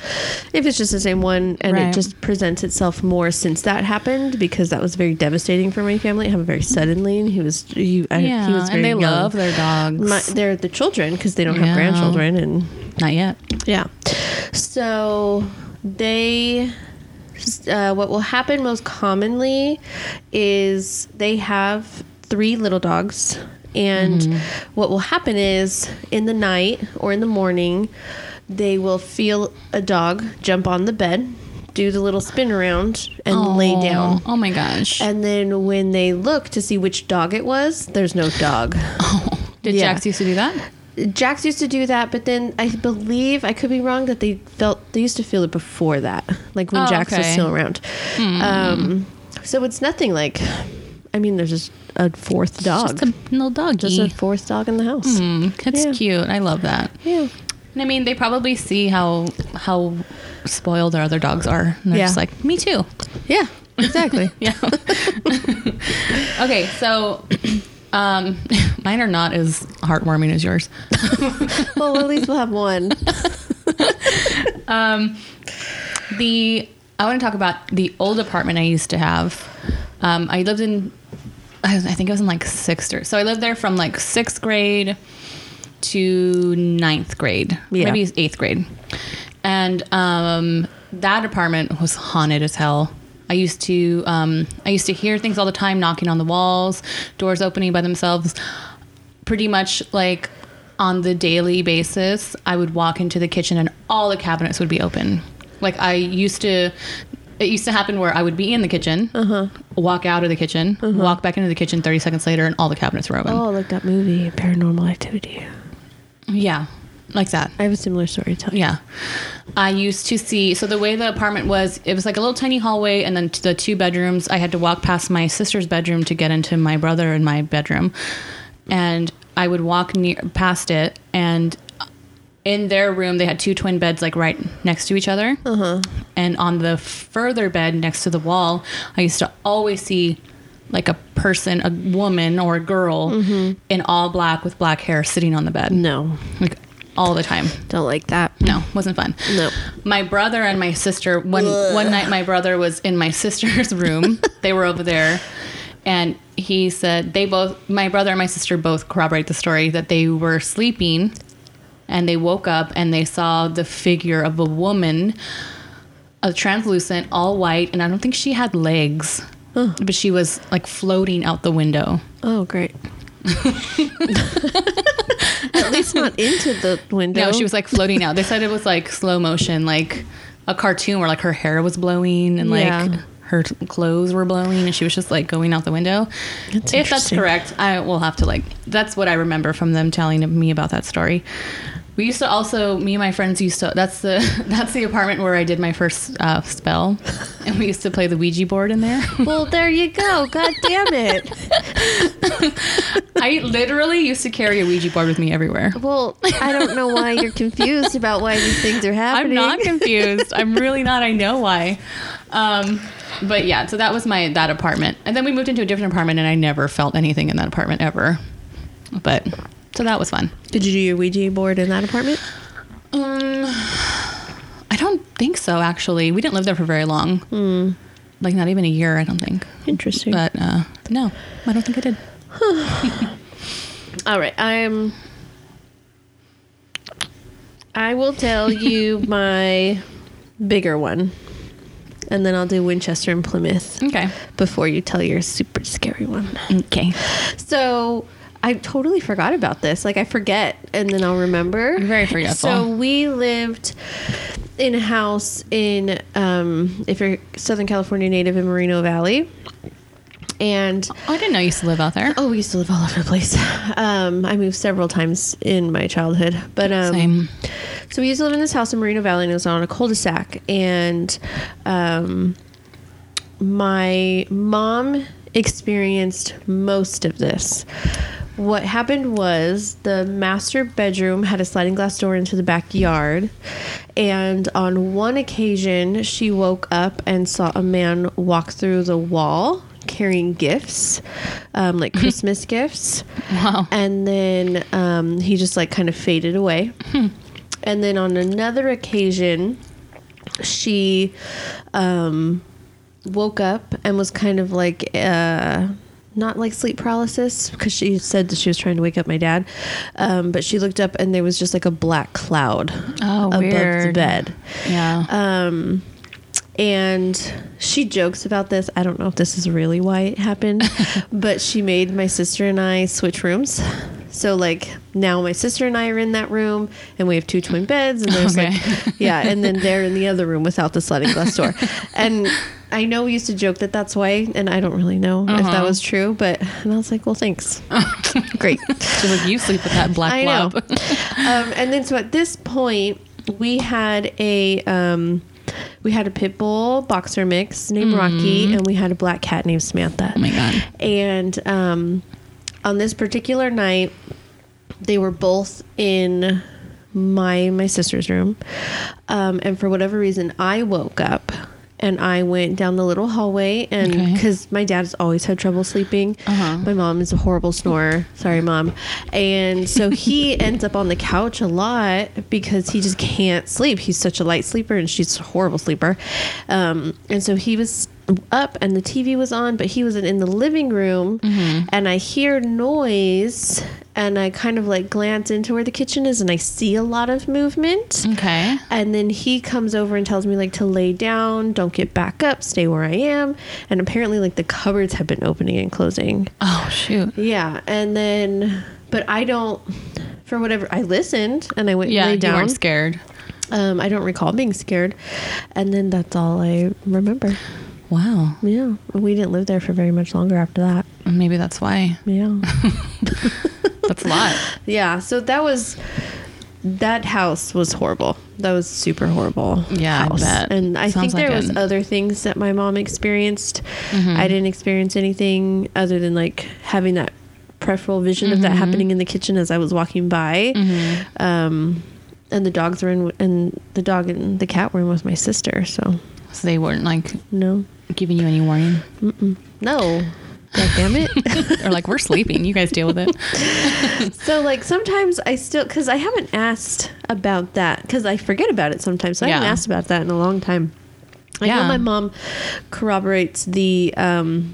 S1: if it's just the same one and
S3: Right.
S1: it just presents itself more since that happened because that was very devastating for my family. It happened very suddenly and he was he, I,
S3: Yeah,
S1: he was very
S3: and they
S1: young.
S3: love their dogs.
S1: My, they're the children because they don't
S3: Yeah.
S1: have grandchildren and
S3: not yet.
S1: yeah. So they, uh, what will happen most commonly is they have three little dogs. And what will happen is in the night or in the morning, they will feel a dog jump on the bed do the little spin around and lay
S3: Oh,
S1: down.
S3: Oh my gosh.
S1: And then when they look to see which dog it was, there's no dog.
S3: Did
S1: yeah.
S3: Jax used to do that?
S1: Jax used to do that, but then I believe I could be wrong that they felt they used to feel it before that, like when
S3: Oh,
S1: Jax was
S3: okay. Hmm.
S1: still around. Um, so it's nothing like. I mean, there's just a fourth dog,
S3: Just a little doggy.
S1: just a fourth dog in the house.
S3: Mm, that's
S1: Yeah.
S3: cute. I love that.
S1: Yeah.
S3: And I mean, they probably see how how spoiled our other dogs are. And they're
S1: Yeah.
S3: just like, me too.
S1: Yeah. [laughs] Exactly.
S3: Yeah. okay, so [clears throat] um, [laughs] mine are not as heartwarming as yours.
S1: well, at least we'll have
S3: [laughs]
S1: one.
S3: The I want to talk about the old apartment I used to have. Um, I lived in, I I think I was in like sixth or so. I lived there from like sixth grade to ninth grade,
S1: Yeah.
S3: maybe eighth grade, and um, that apartment was haunted as hell. I used to um, I used to hear things all the time, knocking on the walls, doors opening by themselves. Pretty much like on the daily basis, I would walk into the kitchen and all the cabinets would be open. Like I used to. It used to happen where I would be in the kitchen, walk out of the kitchen, walk back into the kitchen 30 seconds later, and all the cabinets were open.
S1: Oh, like that movie, Paranormal Activity.
S3: Yeah, like that.
S1: I have a similar story to tell you.
S3: Yeah. I used to see, so the way the apartment was, it was like a little tiny hallway and then t- the two bedrooms. I had to walk past my sister's bedroom to get into my brother and my bedroom. And I would walk near past it and in their room they had two twin beds like right next to each other. And on the further bed next to the wall, I used to always see like a person, a woman or a girl in all black with black hair sitting on the bed.
S1: No,
S3: Like all the time.
S1: don't like that.
S3: No, wasn't fun.
S1: No.
S3: My brother and my sister one one night my brother was in my [laughs] sister's room. they were over there and he said they both my brother and my sister both corroborate the story that they were sleeping and they woke up and they saw the figure of a woman a translucent all white and I don't think she had legs. But she was like floating out the window.
S1: Oh,
S3: [laughs]
S1: great. [laughs] At least not into the window.
S3: No, she was like floating out. They said it was like slow motion, like a cartoon where like her hair was blowing and like
S1: Yeah.
S3: her t- clothes were blowing and she was just like going out the window.
S1: That's
S3: if that's
S1: interesting.
S3: correct, I will have to like, that's what I remember from them telling me about that story. We used to also, me and my friends used to, that's the, [laughs] that's the apartment where I did my first uh, spell. And we used to play the Ouija board in there. [laughs]
S1: Well, there you go. God damn it.
S3: I literally used to carry a Ouija board with me everywhere.
S1: Well, I don't know why you're confused about why these things are
S3: I'm
S1: happening.
S3: not confused. I'm really not. I know why. Um, but yeah, so that was my that apartment, and then we moved into a different apartment, and I never felt anything in that apartment ever. But so that was fun.
S1: Did you do your Ouija board in that apartment?
S3: Um, I don't think so. Actually, we didn't live there for very long. Like not even a year, I don't think.
S1: Interesting.
S3: But uh, no, I don't think I did.
S1: All right, I'm. I will [laughs] tell you my bigger one, and then I'll do Winchester and Plymouth
S3: Okay.
S1: before you tell your super scary one.
S3: Okay.
S1: So I totally forgot about this. Like I forget and then I'll remember.
S3: You're very forgetful.
S1: So we lived in a house in um, if you're Southern California native in Moreno Valley. And
S3: Oh, I didn't know you used to live out there.
S1: oh, we used to live all over the place. Um, I moved several times in my childhood, but um,
S3: Same.
S1: so we used to live in this house in Moreno Valley, and it was on a cul-de-sac. And um, my mom experienced most of this. What happened was the master bedroom had a sliding glass door into the backyard, and on one occasion, she woke up and saw a man walk through the wall carrying gifts, um, like Christmas gifts.
S3: Wow.
S1: And then um, he just like kind of faded away. And then on another occasion, she um, woke up and was kind of like uh, not like sleep paralysis because she said that she was trying to wake up my dad. Um, but she looked up and there was just like a black cloud
S3: Oh,
S1: above the
S3: weird.
S1: bed.
S3: Yeah.
S1: Um, and she jokes about this. I don't know if this is really why it happened, but she made my sister and I switch rooms. So like now my sister and I are in that room and we have two twin beds and there's
S3: Okay.
S1: like yeah, and then they're in the other room without the sliding glass door. And I know we used to joke that that's why, and I don't really know if that was true, but and I was like, well, thanks, great.
S3: She's like, you sleep with that black
S1: I know.
S3: blob.
S1: [laughs]
S3: [laughs]
S1: um, and then so at this point, we had a um, we had a pit bull boxer mix named Rocky, and we had a black cat named Samantha.
S3: Mm-hmm. Oh my God.
S1: And um, on this particular night, they were both in my my sister's room, um, and for whatever reason, I woke up. And I went down the little hallway, and
S3: Okay.
S1: because my dad's always had trouble sleeping,
S3: Uh-huh.
S1: my mom is a horrible snorer. Sorry, mom. And so he ends up on the couch a lot because he just can't sleep. He's such a light sleeper, and she's a horrible sleeper. Um, and so he was up, and the TV was on, but he wasn't in the living room. And I hear noise, and I kind of like glance into where the kitchen is, and I see a lot of movement.
S3: Okay.
S1: And then he comes over and tells me like to lay down, don't get back up, stay where I am. And apparently like the cupboards have been opening and closing.
S3: Oh shoot.
S1: Yeah, and then but I don't for whatever I listened and I went
S3: Yeah,
S1: and laid
S3: you
S1: down.
S3: weren't scared.
S1: Um, I don't recall being scared, and then that's all I remember.
S3: Wow.
S1: Yeah, we didn't live there for very much longer after that.
S3: Maybe that's why.
S1: Yeah,
S3: That's a lot. [laughs]
S1: yeah. So that was that house was horrible. That was super horrible.
S3: Yeah, I
S1: house.
S3: bet.
S1: And I think
S3: Sounds
S1: there
S3: like
S1: was
S3: an- Mm-hmm.
S1: other things that my mom experienced. I didn't experience anything other than like having that peripheral vision of
S3: Mm-hmm.
S1: that happening in the kitchen as I was walking by. Um, and the dogs were in, and the dog and the cat were in with my sister. So
S3: So they weren't like
S1: no,
S3: giving you any warning,
S1: no, god damn it.
S3: or like we're sleeping. You guys deal with it.
S1: So like sometimes I still because I haven't asked about that because I forget about it sometimes. So I haven't
S3: Yeah.
S1: asked about that in a long time. I know
S3: Yeah.
S1: my mom corroborates the um,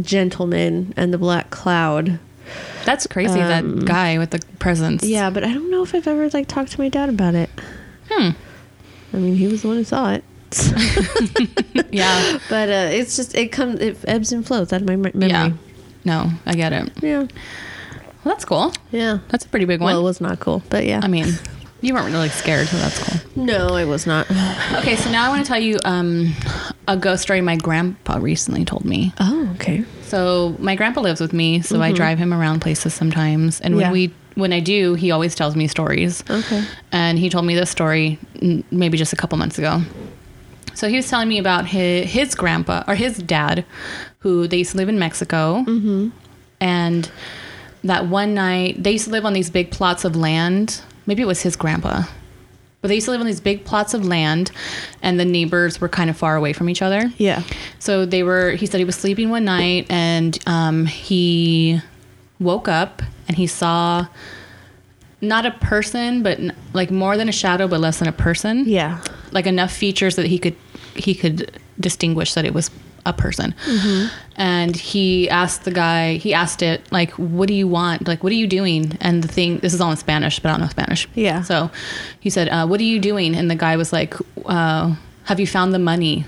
S1: gentleman and the black cloud.
S3: That's crazy.
S1: Um,
S3: that guy with the presents.
S1: Yeah, but I don't know if I've ever like talked to my dad about it.
S3: Hmm.
S1: I mean, he was the one who saw it.
S3: Yeah.
S1: [laughs] but uh, it's just it comes it ebbs and flows out of my me- memory.
S3: Yeah.
S1: Yeah.
S3: No, I get it.
S1: Yeah.
S3: Well, that's cool. That's a pretty big one.
S1: Well, it was not cool, but yeah.
S3: I mean, you weren't really scared, so that's cool.
S1: no, I was not.
S3: Okay, so now I want to tell you um, a ghost story my grandpa recently told me.
S1: Oh, okay.
S3: So my grandpa lives with me, so I drive him around places sometimes, and
S1: Mm-hmm. Yeah.
S3: when we when I do, he always tells me stories.
S1: Okay.
S3: And he told me this story n- maybe just a couple months ago. So he was telling me about his, his grandpa or his dad, who they used to live in Mexico. Mm-hmm. And that one night, they used to live on these big plots of land. Maybe it was his grandpa. But they used to live on these big plots of land, and the neighbors were kind of far away from each other.
S1: Yeah.
S3: So they were, he said he was sleeping one night and um, he woke up and he saw not a person, but n- like more than a shadow, but less than a person.
S1: Yeah.
S3: Like enough features that he could, he could distinguish that it was a person.
S1: Mm-hmm.
S3: And he asked the guy, he asked it, like, what do you want? Like, what are you doing? And the thing, this is all in Spanish, but I don't know Spanish.
S1: Yeah.
S3: So he said, uh, what are you doing? And the guy was like, uh, have you found the money?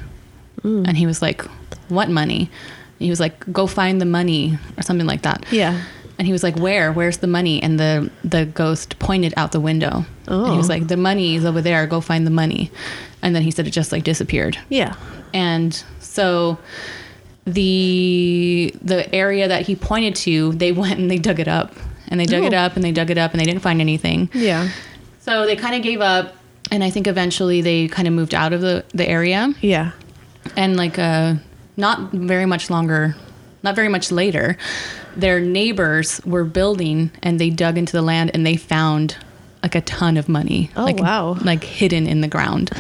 S1: Mm.
S3: And he was like, What money? And he was like, Go find the money or something like that.
S1: Yeah.
S3: And he was like, Where? Where's the money? And the, the ghost pointed out the window. And he was
S1: Oh.
S3: like, The money is over there. Go find the money. And then he said it just like disappeared.
S1: Yeah.
S3: And so the the area that he pointed to, they went and they dug it up. And they dug it
S1: Oh.
S3: up and they dug it up and they didn't find anything.
S1: Yeah.
S3: So they kind of gave up. And I think eventually they kind of moved out of the, the area.
S1: Yeah.
S3: and like uh not very much longer not very much later their neighbors were building and they dug into the land and they found like a ton of money
S1: Oh,
S3: like
S1: wow.
S3: like hidden in the
S1: [laughs]
S3: ground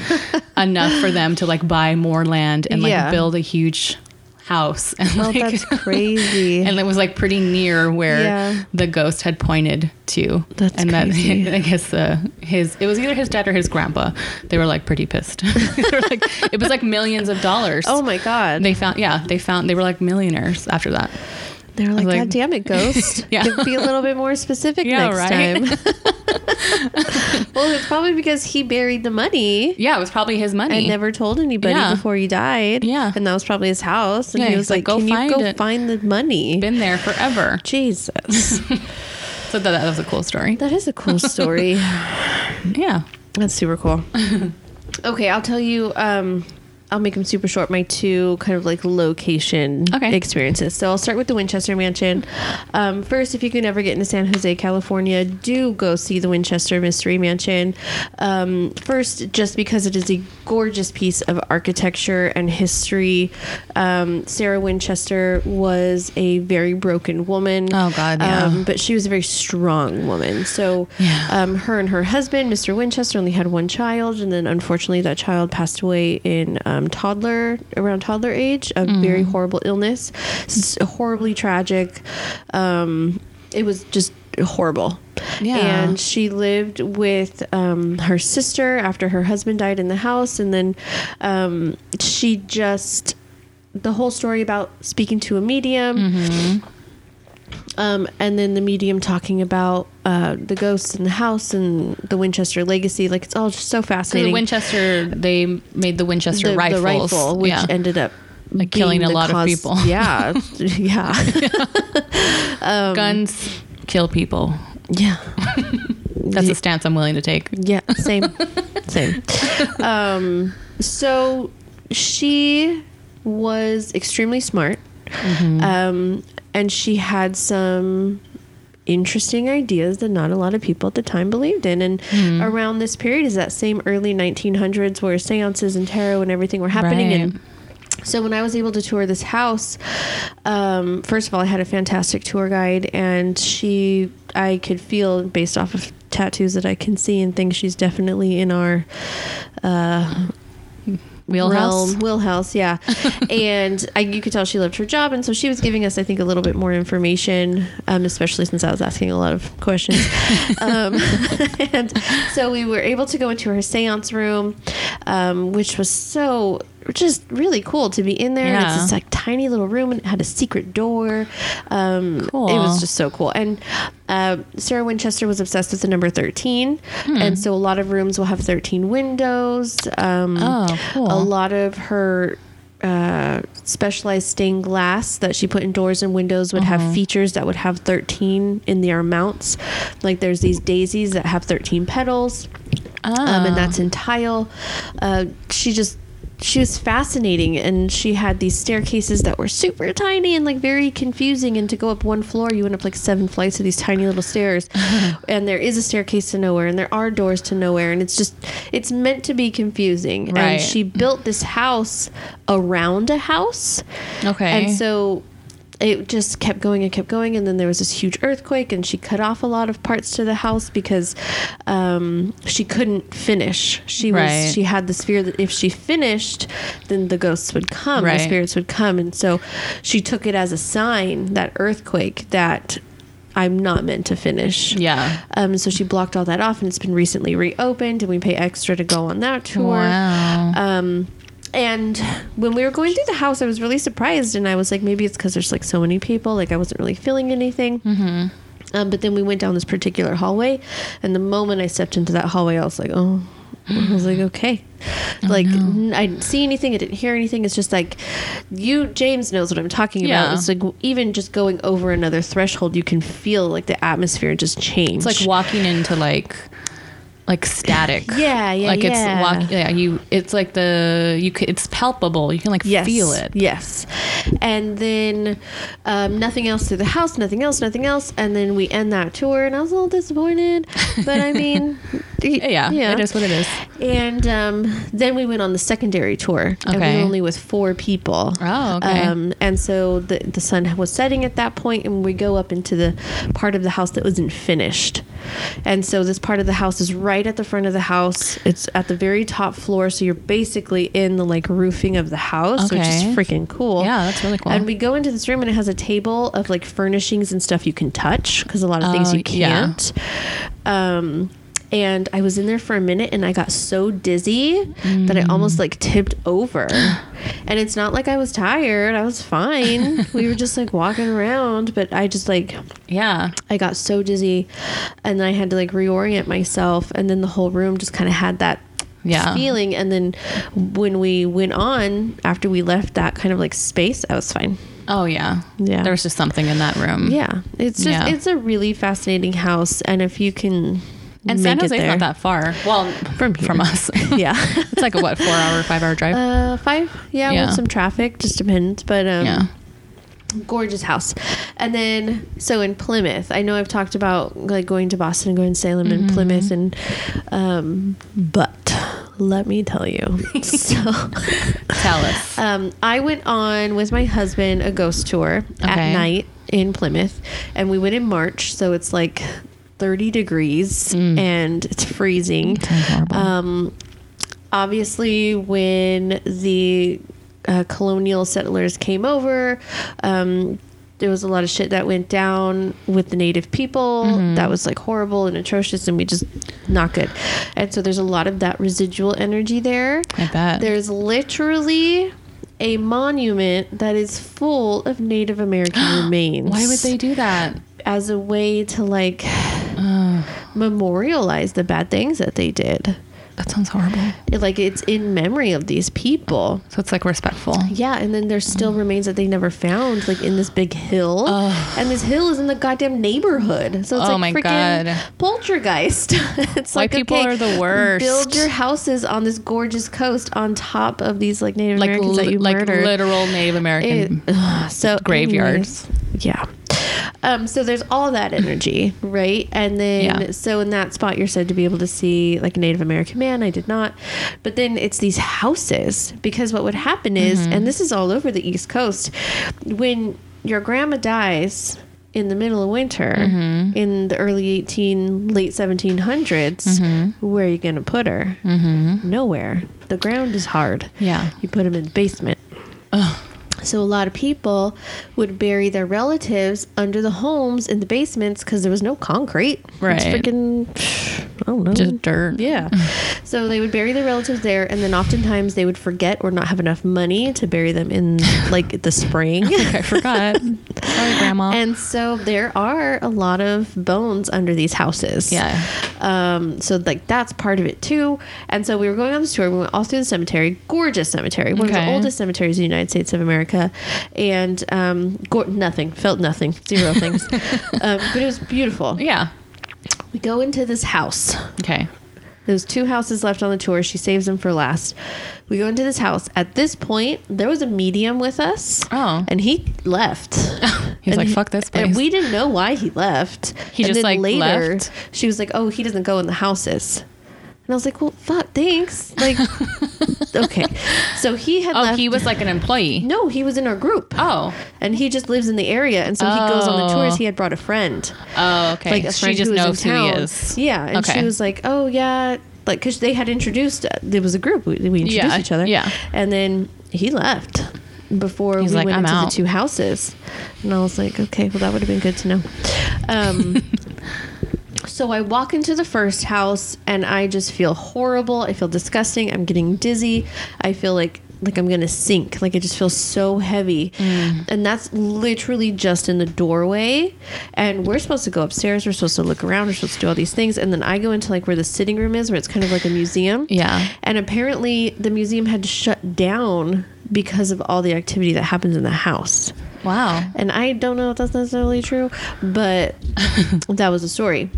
S3: enough for them to like buy more land and like
S1: Yeah.
S3: build a huge house [laughs] and
S1: Oh,
S3: like
S1: that's crazy.
S3: and it was like pretty near where
S1: Yeah.
S3: the ghost had pointed to
S1: That's
S3: and [laughs]
S1: crazy.
S3: i guess uh, his it was either his dad or his grandpa they were like pretty pissed [laughs] they were like it was like millions of dollars
S1: oh my god.
S3: and they found, yeah, they found, they were like millionaires after that.
S1: They were like,
S3: like-
S1: God damn it, ghost.
S3: [laughs] Yeah.
S1: Be a little bit more specific
S3: Yeah,
S1: next
S3: [laughs]
S1: time. [laughs] well, it's probably because he buried the money
S3: Yeah, it was probably his money.
S1: and never told anybody
S3: Yeah.
S1: before he died.
S3: Yeah.
S1: And that was probably his house. And
S3: Yeah,
S1: he
S3: he's
S1: was
S3: like,
S1: like,
S3: "Go
S1: Can
S3: find
S1: you go
S3: it."
S1: find the money?
S3: been there forever.
S1: Jesus.
S3: So [laughs] that, that was a cool story.
S1: That is a cool [laughs] story.
S3: Yeah.
S1: That's super cool. [laughs] okay, I'll tell you. Um, I'll make them super short. My two kind of like location
S3: Okay.
S1: experiences. So I'll start with the Winchester Mansion. Um, first, if you can ever get into San Jose, California, do go see the Winchester Mystery Mansion. Um, first, just because it is a gorgeous piece of architecture and history. Um, Sarah Winchester was a very broken woman.
S3: Oh, God, yeah.
S1: Um, but she was a very strong woman. So
S3: Yeah.
S1: um, her and her husband, Mr. Winchester, only had one child, and then unfortunately that child passed away in um, toddler around toddler age, a
S3: Mm-hmm.
S1: very horrible illness. It's horribly tragic. Um, it was just horrible.
S3: Yeah.
S1: And she lived with um, her sister after her husband died in the house, and then um, she just the whole story about speaking to a medium Mm-hmm. um, and then the medium talking about uh, the ghosts in the house and the Winchester legacy. Like it's all just so
S3: So
S1: fascinating.
S3: the Winchester, they made the Winchester
S1: the,
S3: rifles.
S1: the rifle, which
S3: yeah.
S1: ended up being
S3: Like killing a
S1: the
S3: lot of
S1: cause-
S3: people. [laughs]
S1: Yeah, [laughs] yeah, um,
S3: Guns kill people.
S1: yeah.
S3: That's a stance I'm willing to take.
S1: Yeah, same, same. Um, so she was extremely smart, um, and she had some interesting ideas that not a lot of people at the time believed in. And around this period is that same early 1900s where seances and tarot and everything were happening.
S3: Right.
S1: And so when I was able to tour this house, um, first of all, I had a fantastic tour guide, and she, I could feel based off of tattoos that I can see and things, she's definitely in our uh,
S3: Wheelhouse.
S1: realm. Wheelhouse,
S3: [laughs]
S1: yeah. and I, you could tell she loved her job, and so she was giving us, I think, a little bit more information, um, especially since I was asking a lot of
S3: [laughs]
S1: questions. um, [laughs] and so we were able to go into her seance room, um, which was so just really cool to be in there. And
S3: Yeah.
S1: it's this like tiny little room and it had a secret door. Um,
S3: Cool.
S1: It was just so cool. And uh, Sarah Winchester was obsessed with the number 13.
S3: Hmm.
S1: And so a lot of rooms will have 13 windows. Um,
S3: Oh, cool.
S1: a lot of her uh, specialized stained glass that she put in doors and windows would
S3: Uh-huh.
S1: have features that would have 13 in their amounts. Like there's these daisies that have 13 petals, um, and
S3: Ah.
S1: that's in tile. Uh, she just she was fascinating and she had these staircases that were super tiny and like very confusing and to go up one floor you went up like seven flights of these tiny little
S3: [laughs]
S1: stairs and there is a staircase to nowhere and there are doors to nowhere and it's just it's meant to be confusing
S3: Right.
S1: and she built this house around a house
S3: Okay.
S1: and so it just kept going and kept going. And then there was this huge earthquake, and she cut off a lot of parts to the house because um, she couldn't finish. She
S3: Right.
S1: was she had this fear that if she finished, then the ghosts would come,
S3: Right.
S1: the spirits would come, and so she took it as a sign that earthquake that. I'm not meant to finish.
S3: Yeah.
S1: Um, so she blocked all that off, and it's been recently reopened, and we pay extra to go on that tour.
S3: Wow.
S1: Um, and when we were going through the house, I was really surprised, and I was like, maybe it's because there's like so many people. Like I wasn't really feeling anything.
S3: Mm-hmm.
S1: Um, but then we went down this particular hallway, and the moment I stepped into that hallway, I was like, oh. I was
S3: [sighs]
S1: like, okay,
S3: Oh,
S1: like n- I didn't see anything, I didn't hear anything. It's just like you, James knows what I'm talking
S3: Yeah.
S1: about. It's like even just going over another threshold, you can feel like the atmosphere just change.
S3: It's like walking into like like static.
S1: Yeah, yeah,
S3: Like
S1: yeah.
S3: it's walk. Yeah, you. It's like the you. Can, it's palpable. You can like
S1: yes,
S3: feel it.
S1: Yes. And then um, nothing else through the house, nothing else, nothing else. And then we end that tour, and I was a little disappointed. But I
S3: [laughs]
S1: mean, y-
S3: Yeah,
S1: yeah.
S3: it is what it is.
S1: And um, then we went on the secondary tour, and we
S3: Okay.
S1: were only with four people.
S3: Oh, okay.
S1: Um, and so the, the sun was setting at that point, and we go up into the part of the house that wasn't finished. And so this part of the house is right at the front of the house. It's at the very top floor, so you're basically in the like roofing of the house, which is
S3: Okay.
S1: freaking cool.
S3: Yeah, that's really cool.
S1: And we go into this room, and it has a table of like furnishings and stuff you can touch because a lot of things
S3: Oh,
S1: you
S3: yeah.
S1: can't out. Um, and I was in there for a minute and I got so dizzy that I
S3: Mm.
S1: almost like tipped over. And it's not like I was tired, I was
S3: [laughs]
S1: fine. we were just like walking around, but I just like,
S3: Yeah.
S1: I got so dizzy and then I had to like reorient myself. And then the whole room just kind of had that
S3: Yeah.
S1: feeling. And then when we went on, after we left that kind of like space, I was fine.
S3: Oh yeah.
S1: Yeah.
S3: There was just something in that room.
S1: Yeah, it's just
S3: Yeah.
S1: it's a really fascinating house, and if you can
S3: And
S1: make
S3: San
S1: it
S3: Jose's
S1: there- [laughs]
S3: not that far. Well,
S1: From
S3: from
S1: here.
S3: from us.
S1: [laughs] yeah,
S3: [laughs] it's like a what four hour, five hour drive.
S1: uh, five. Yeah,
S3: Yeah.
S1: with some traffic, just depends. But um,
S3: yeah.
S1: gorgeous house. And then so in Plymouth, I know I've talked about like going to Boston and going to Salem
S3: Mm-hmm.
S1: and Plymouth and um but let me tell
S3: [laughs]
S1: you. so
S3: Tell us.
S1: um I went on with my husband a ghost tour at
S3: Okay.
S1: night in Plymouth and we went in March, so it's like 30 degrees and it's freezing. Um, obviously, when the uh, colonial settlers came over, um, there was a lot of shit that went down with the native people that was like horrible and atrocious, and we just not good. And so there's a lot of that residual energy there.
S3: I bet.
S1: There's literally a monument that is full of Native American remains
S3: [gasps] Why would they do that?
S1: as a way to like memorialize the bad things that they did.
S3: That sounds horrible.
S1: It, like it's in memory of these people.
S3: So it's like respectful.
S1: Yeah, and then there's still remains that they never found, like in this big hill. And this hill is in the goddamn neighborhood. So it's
S3: Oh
S1: like
S3: my
S1: freaking
S3: God.
S1: poltergeist. [laughs] it's like
S3: White people
S1: okay,
S3: are the worst.
S1: Build your houses on this gorgeous coast on top of these like Native
S3: Like
S1: Americans that
S3: li-
S1: you
S3: like
S1: murdered.
S3: literal Native
S1: It-
S3: American.
S1: ugh, so
S3: graveyards.
S1: anyways, yeah. Um, so there's all that energy, right? And then
S3: Yeah.
S1: so in that spot you're said to be able to see like a Native American man. I did not. But then it's these houses because what would happen is
S3: Mm-hmm.
S1: and this is all over the East Coast, when your grandma dies in the middle of winter
S3: Mm-hmm.
S1: in the early 18 late 1700s
S3: Mm-hmm.
S1: where are you going to put her nowhere the ground is hard
S3: Yeah.
S1: you put them in the basement so a lot of people would bury their relatives under the homes in the basements because there was no concrete.
S3: Right.
S1: It's freaking, I don't know.
S3: Just dirt. [laughs]
S1: yeah. [laughs] so they would bury their relatives there, and then oftentimes they would forget or not have enough money to bury them
S3: [laughs]
S1: in like the spring. [laughs]
S3: I forgot. Sorry, Grandma.
S1: And so there are a lot of bones under these houses.
S3: Yeah.
S1: Um, so like that's part of it too. And so we were going on this tour. We went all through the cemetery, gorgeous cemetery, one of
S3: Okay.
S1: the oldest cemeteries in the United States of America, and um, go- nothing, felt nothing, zero things. um, but it was beautiful.
S3: yeah.
S1: We go into this house.
S3: Okay.
S1: There's two houses left on the tour. She saves them for last. We go into this house. At this point, there was a medium with us.
S3: Oh.
S1: And he left.
S3: [laughs] He's
S1: And
S3: like,
S1: he-
S3: "Fuck this
S1: And
S3: place."
S1: we didn't know why he left.
S3: He
S1: and
S3: just, like, left?
S1: She was like, oh, he doesn't go in the houses. And I was like, well, fuck, thanks.
S3: [laughs]
S1: Like, okay. So he had
S3: Oh,
S1: left.
S3: he was like an employee.
S1: no, he was in our group.
S3: Oh.
S1: And he just lives in the area. And so he goes on the
S3: Oh.
S1: tours. He had brought a friend
S3: Oh, okay.
S1: like a
S3: she
S1: friend
S3: just
S1: who was in
S3: knows who he
S1: town.
S3: is.
S1: Yeah, and she
S3: Okay.
S1: was like, "Oh yeah," like because they had introduced. uh, There was a group we, we introduced
S3: Yeah,
S1: each other.
S3: yeah.
S1: and then he left before
S3: He's
S1: we
S3: like,
S1: went
S3: "I'm
S1: into
S3: out."
S1: the two houses, and I was like, "Okay, well that would have been good to know."
S3: [laughs]
S1: Um, so I walk into the first house, and I just feel horrible. I feel disgusting. I'm getting dizzy. I feel like like I'm gonna sink. Like I just feel so heavy, and that's literally just in the doorway. And we're supposed to go upstairs. We're supposed to look around. We're supposed to do all these things, and then I go into like where the sitting room is, where it's kind of like a museum.
S3: Yeah.
S1: And apparently, the museum had to shut down because of all the activity that happens in the house.
S3: Wow.
S1: And I don't know if that's necessarily true,
S3: [laughs]
S1: but that was the story.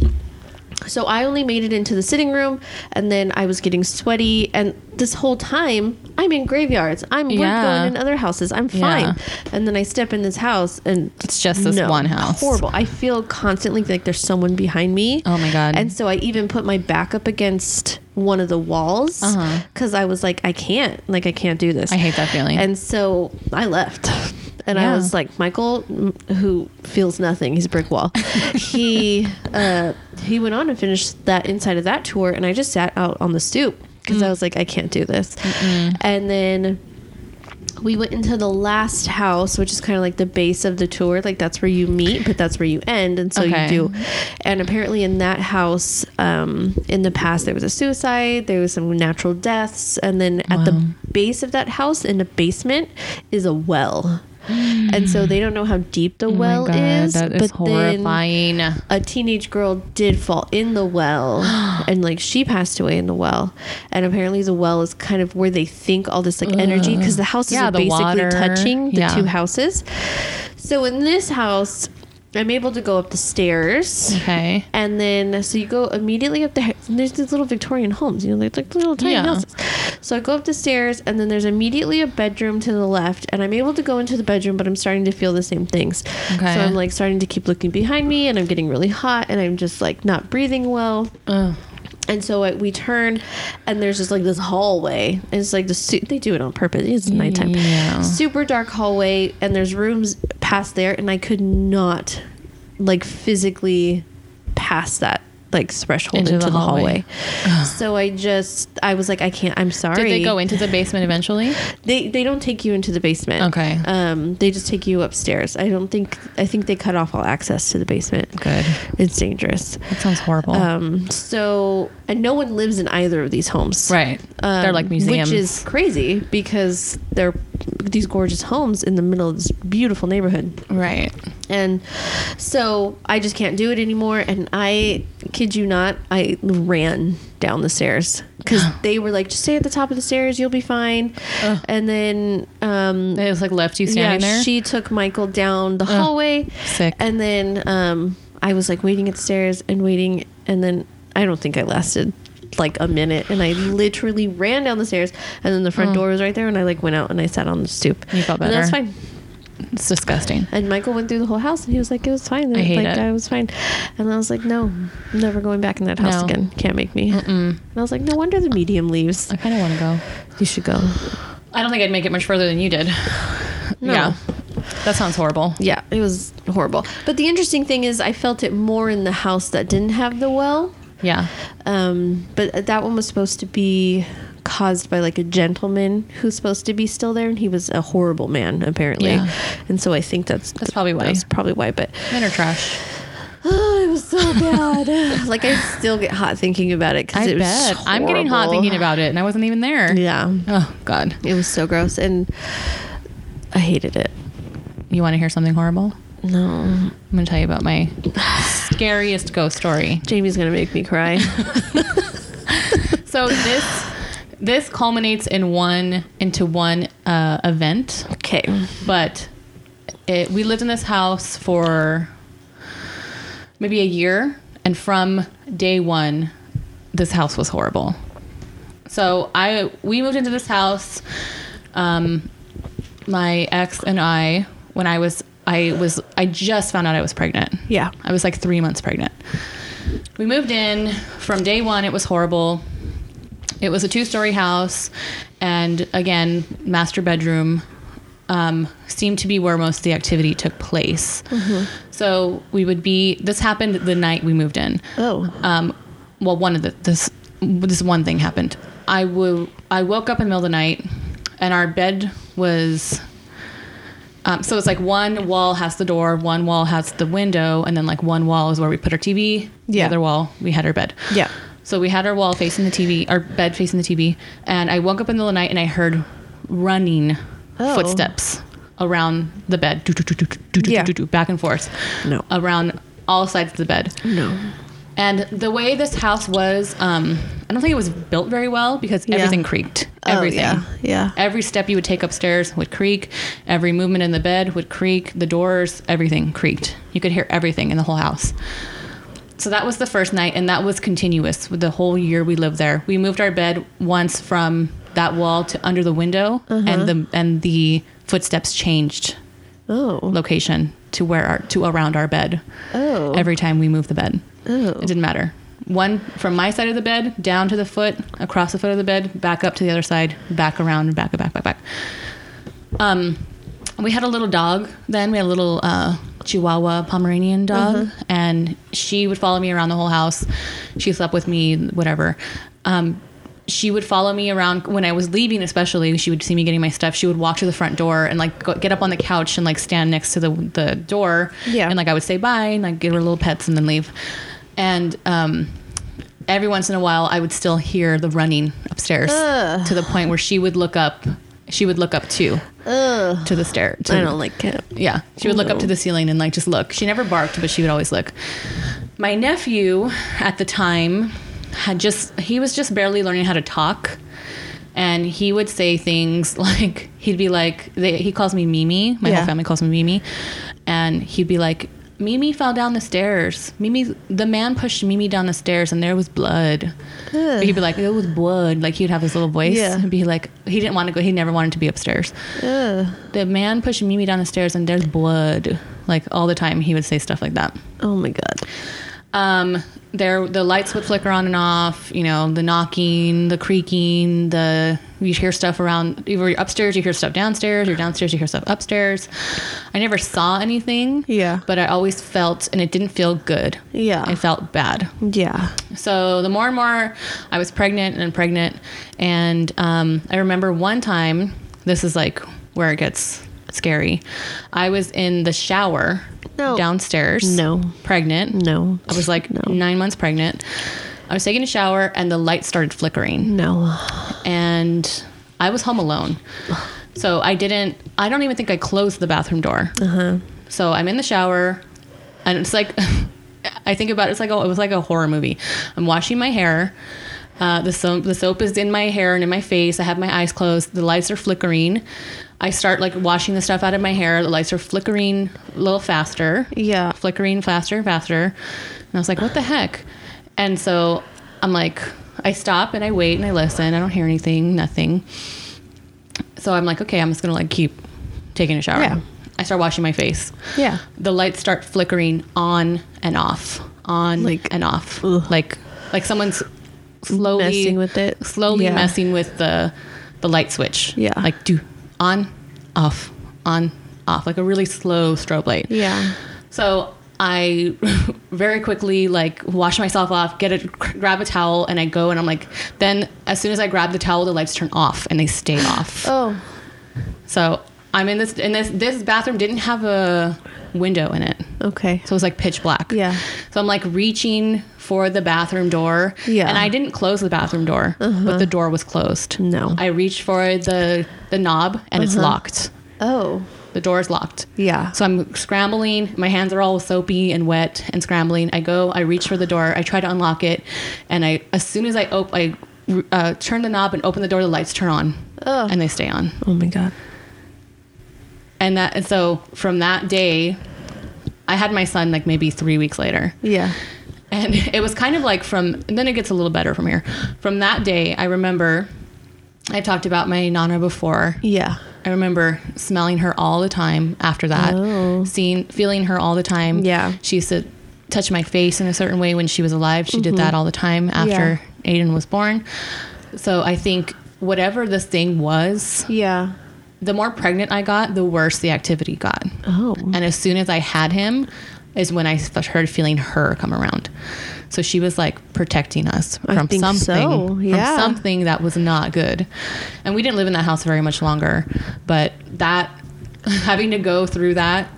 S1: So I only made it into the sitting room, and then I was getting sweaty. And this whole time, I'm in graveyards. I'm we're
S3: Yeah.
S1: going in other houses. I'm fine.
S3: Yeah.
S1: And then I step in this house, and
S3: It's just this one house.
S1: Horrible. I feel constantly like there's someone behind me.
S3: Oh my God.
S1: And so I even put my back up against one of the walls
S3: Uh-huh.
S1: because I was like, I can't. Like I can't do this.
S3: I hate that feeling.
S1: And so I left. And I
S3: Yeah.
S1: was like, Michael, m- who feels nothing, he's a brick wall. he uh, he went on and finished that inside of that tour, and I just sat out on the stoop because I was like, I can't do this. And then we went into the last house, which is kind of like the base of the tour. Like that's where you meet, but that's where you end, and so
S3: Okay.
S1: you do. And apparently, in that house, um, in the past, there was a suicide, there was some natural deaths, and then at the base of that house, in the basement, is a well. and
S3: Mm.
S1: so they don't know how deep the well is.
S3: Oh that is
S1: but
S3: horrifying.
S1: Then a teenage girl did fall in the
S3: [gasps]
S1: well, and like she passed away in the well. And apparently, the well is kind of where they think all this like energy because the houses
S3: Yeah,
S1: are
S3: the
S1: basically
S3: water.
S1: touching the
S3: Yeah.
S1: two houses. So in this house, I'm able to go up the stairs.
S3: okay.
S1: And then, so you go immediately up the. hi- And there's these little Victorian homes, you know, they're like little tiny
S3: Yeah.
S1: houses. So I go up the stairs, and then there's immediately a bedroom to the left, and I'm able to go into the bedroom, but I'm starting to feel the same things.
S3: Okay.
S1: So I'm like starting to keep looking behind me, and I'm getting really hot, and I'm just like not breathing well.
S3: Ugh.
S1: And so I, we turn, and there's just like this hallway. And it's like the su- they do it on purpose. It's nighttime,
S3: Yeah.
S1: super dark hallway, and there's rooms past there, and I could not, like, physically pass that like threshold into,
S3: Into the
S1: the hallway.
S3: hallway.
S1: so I just I was like, I can't. I'm sorry.
S3: Did they go into the basement eventually?
S1: They they don't take you into the basement.
S3: Okay.
S1: Um, they just take you upstairs. I don't think I think they cut off all access to the basement.
S3: Good.
S1: It's dangerous.
S3: That sounds horrible.
S1: Um, so, and no one lives in either of these homes.
S3: right. They're
S1: Um,
S3: like museums.
S1: Which is crazy because they're these gorgeous homes in the middle of this beautiful neighborhood.
S3: right.
S1: And so I just can't do it anymore. And I kid you not, I ran down the stairs
S3: [gasps]
S1: because they were like, just stay at the top of the stairs, you'll be fine. And then, um,
S3: They just like left you standing there.
S1: she took Michael down the hallway.
S3: sick.
S1: And then um, I was like waiting at the stairs and waiting. And then I don't think I lasted like a minute. And I literally ran down the stairs. And then the front door was right there. And I like went out and I sat on the stoop.
S3: Mm. You felt
S1: And that's
S3: better.
S1: fine.
S3: it's disgusting.
S1: And Michael went through the whole house and he was like, it was fine.
S3: I hate
S1: like,
S3: it.
S1: I was fine. And I was like, no, I'm never going back in that house
S3: No.
S1: again. Can't make me. And I was like, no wonder the medium leaves.
S3: I kind of want to go.
S1: You should go.
S3: I don't think I'd make it much further than you did.
S1: No.
S3: Yeah. That sounds horrible.
S1: Yeah, it was horrible. But the interesting thing is, I felt it more in the house that didn't have the well.
S3: Yeah.
S1: Um, but that one was supposed to be caused by like a gentleman who's supposed to be still there, and he was a horrible man apparently.
S3: Yeah.
S1: And so I think that's
S3: That's probably why.
S1: That's probably why. But
S3: Men are trash.
S1: oh, it was so
S3: [laughs]
S1: bad. like I still get hot thinking about it because
S3: I
S1: it was
S3: bet. I'm getting hot
S1: horrible.
S3: thinking about it, and I wasn't even there.
S1: Yeah,
S3: Oh God.
S1: it was so gross, and I hated it.
S3: You want to hear something horrible?
S1: No,
S3: I'm going to tell you about my scariest ghost story.
S1: Jamie's gonna make me cry.
S3: [laughs] So this this culminates in one into one uh, event,
S1: okay,
S3: but it, we lived in this house for maybe a year, and from day one, this house was horrible. So I we moved into this house. Um, my ex and I, when I was I was I just found out I was pregnant.
S1: Yeah.
S3: I was like three months pregnant. We moved in from day one. It was horrible. It was a two-story house, and again, master bedroom um, seemed to be where most of the activity took place. So we would be. This happened the night we moved in
S1: Oh.
S3: um, well, one of the this this one thing happened. I wo- I woke up in the middle of the night, and our bed was. Um, so it's like one wall has the door, one wall has the window, and then like one wall is where we put our TV.
S1: Yeah.
S3: The other wall we had our bed.
S1: Yeah.
S3: So we had our wall facing the TV, our bed facing the TV, and I woke up in the middle of the night and I heard running
S1: Oh.
S3: footsteps around the bed, do, do, do, do, do, do,
S1: Yeah.
S3: do, do, back and forth,
S1: No.
S3: around all sides of the bed.
S1: no.
S3: And the way this house was, um, I don't think it was built very well because
S1: Yeah. Oh,
S3: everything creaked. Everything.
S1: yeah, yeah.
S3: Every step you would take upstairs would creak. Every movement in the bed would creak. The doors, everything creaked. You could hear everything in the whole house. So that was the first night, and that was continuous with the whole year we lived there. We moved our bed once from that wall to under the window,
S1: Uh-huh.
S3: and the and the footsteps changed
S1: Oh.
S3: location to where our to around our bed.
S1: Oh.
S3: Every time we moved the bed.
S1: Oh.
S3: It didn't matter. One from my side of the bed, down to the foot, across the foot of the bed, back up to the other side, back around, back, back, back, back. Um, we had a little dog then. We had a little uh, Chihuahua Pomeranian dog, and she would follow me around the whole house. She slept with me, whatever. Um, she would follow me around when I was leaving, especially. She would see me getting my stuff. She would walk to the front door and like go, get up on the couch and like stand next to the the door.
S1: Yeah.
S3: And like I would say bye and like give her little pets and then leave. And um, every once in a while, I would still hear the running upstairs to the point where she would look up she would look up too
S1: Ugh.
S3: to the stair. To,
S1: I don't like it.
S3: Yeah, she would look up to the ceiling and like just look. She never barked, but she would always look. My nephew at the time had just he was just barely learning how to talk. And he would say things [laughs] like he'd be like they, he calls me Mimi. My
S1: Yeah.
S3: whole family calls me Mimi, and he'd be like Mimi fell down the stairs. Mimi, the man pushed Mimi down the stairs, and there was blood. But he'd be like it was blood. Like he'd have his little voice.
S1: Yeah.
S3: And be like he didn't want to go. He never wanted to be upstairs.
S1: Ugh.
S3: The man pushed Mimi down the stairs and there's blood. Like all the time, he would say stuff like that.
S1: Oh my god.
S3: Um, there, the lights would flicker on and off. You know, the knocking, the creaking, the you hear stuff around. Either you're upstairs, you hear stuff downstairs. You're downstairs, you hear stuff upstairs. I never saw anything.
S1: Yeah.
S3: but I always felt, and it didn't feel good.
S1: Yeah.
S3: I felt bad.
S1: Yeah.
S3: So the more and more I was pregnant and pregnant, and um, I remember one time, this is like where it gets scary. I was in the shower
S1: No.
S3: downstairs.
S1: No.
S3: Pregnant.
S1: No.
S3: I was like
S1: No.
S3: nine months pregnant. I was taking a shower and the light started flickering,
S1: No.
S3: and I was home alone. So I didn't, I don't even think I closed the bathroom door. So I'm in the shower, and it's like [laughs] I think about it, it's like a, it was like a horror movie. I'm washing my hair. Uh, the soap the soap is in my hair and in my face. I have my eyes closed. The lights are flickering. I start like washing the stuff out of my hair. The lights are flickering a little faster.
S1: Yeah.
S3: flickering faster and faster. And I was like, what the heck? And so I'm like, I stop and I wait and I listen. I don't hear anything, nothing. So I'm like, okay, I'm just gonna like keep taking a shower.
S1: Yeah.
S3: I start washing my face
S1: Yeah.
S3: the lights start flickering on and off, on
S1: Like-
S3: and off,
S1: Ugh.
S3: like like someone's slowly
S1: Messing with it.
S3: slowly
S1: Yeah.
S3: messing with the the light switch.
S1: Yeah.
S3: like do on, off, on, off, like a really slow strobe light.
S1: Yeah.
S3: So I [laughs] very quickly like wash myself off, get a grab a towel, and I go and I'm like, then as soon as I grab the towel, the lights turn off and they stay off.
S1: Oh.
S3: So I'm in this in this this bathroom didn't have a window in it.
S1: Okay.
S3: So it was like pitch black.
S1: Yeah.
S3: So I'm like reaching for the bathroom door.
S1: Yeah. Uh-huh.
S3: And I didn't close the bathroom door, but the door was closed.
S1: No.
S3: I reached for the the knob and it's locked.
S1: Oh.
S3: The door is locked.
S1: Yeah.
S3: So I'm scrambling. My hands are all soapy and wet and scrambling. I go, I reach for the door. I try to unlock it. And I, as soon as I open, I uh, turn the knob and open the door, the lights turn on
S1: Ugh.
S3: and they stay on.
S1: Oh my god.
S3: And that, and so from that day, I had my son like maybe three weeks later.
S1: Yeah.
S3: And [laughs] it was kind of like from, and then it gets a little better from here. From that day, I remember I talked about my Nana before.
S1: Yeah.
S3: I remember smelling her all the time after that,
S1: Oh.
S3: seeing, feeling her all the time.
S1: Yeah.
S3: She used to touch my face in a certain way when she was alive. She did
S1: Mm-hmm.
S3: that all the time after Aiden was born. So I think whatever this thing was,
S1: Yeah.
S3: the more pregnant I got, the worse the activity got.
S1: Oh.
S3: Mm-hmm. And as soon as I had him, is when I started feeling her come around. So she was like protecting us
S1: I
S3: from
S1: think
S3: something,
S1: so, yeah.
S3: from something that was not good. And we didn't live in that house very much longer, but that [laughs] having to go through that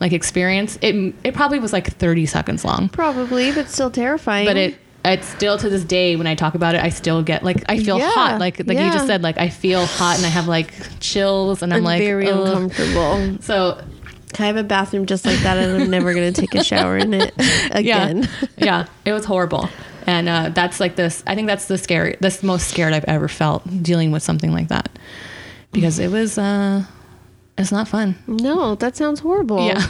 S3: like experience, it it probably was like 30 seconds long.
S1: Probably, but still terrifying.
S3: But it it's still to this day when I talk about it, I still get like I feel
S1: Yeah,
S3: hot, like like you
S1: yeah.
S3: just said, like I feel hot and I have like chills and I'm,
S1: I'm oh.
S3: like
S1: very
S3: "Ugh."
S1: uncomfortable.
S3: So
S1: I have a bathroom just like that, and I'm never gonna take a shower in [laughs] it again.
S3: Yeah, yeah it was horrible. And uh, that's like this. I think that's the scary, this most scared I've ever felt dealing with something like that, because it was, uh, it's not fun.
S1: No, that sounds horrible.
S3: Yeah,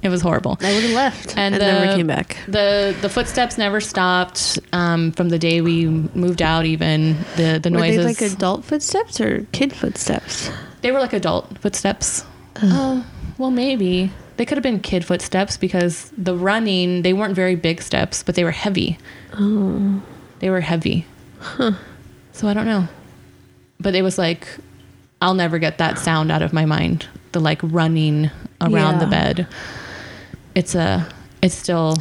S3: it was horrible.
S1: I would have left
S3: And, the-
S1: never came back.
S3: The the footsteps never stopped um, from the day we moved out. Even the the
S1: Were
S3: noises.
S1: they like adult footsteps or kid footsteps?
S3: They were like adult footsteps. Oh, well, maybe. They could have been kid footsteps because the running, they weren't very big steps, but they were heavy. They were heavy. So I don't know. But it was like, I'll never get that sound out of my mind. The like running around the
S1: Yeah.
S3: bed. It's a, it's still,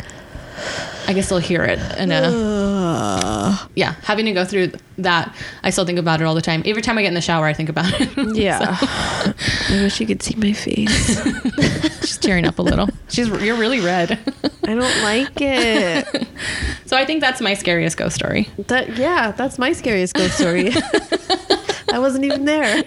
S3: I guess I'll hear it. And uh, yeah, having to go through that, I still think about it all the time. Every time I get in the shower, I think about it. [laughs]
S1: Yeah. [laughs] I wish you could see my face.
S3: She's tearing up a little. She's you're really [laughs] red.
S1: I don't like it. [laughs]
S3: So I think that's my scariest ghost story.
S1: That yeah, that's my scariest ghost story. [laughs] I wasn't even there.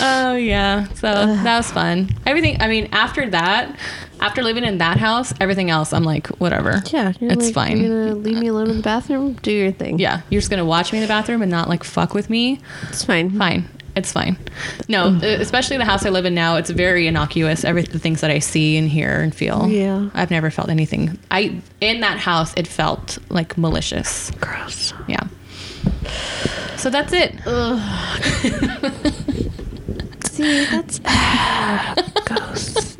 S3: Oh yeah. So that was fun. Everything. I mean, after that, after living in that house, everything else, I'm like, whatever.
S1: Yeah, you're
S3: it's
S1: like,
S3: fine.
S1: You're gonna leave me alone in the bathroom. Do your thing.
S3: yeah, you're just gonna watch me in the bathroom and not like fuck with me.
S1: it's fine.
S3: Fine. It's fine. No, e, especially the house I live in now, it's very innocuous. Every the things that I see and hear and feel.
S1: Yeah.
S3: I've never felt anything. I in that house, it felt like malicious.
S1: Gross.
S3: Yeah. So that's it.
S1: See, that's [sighs] [laughs] ghosts.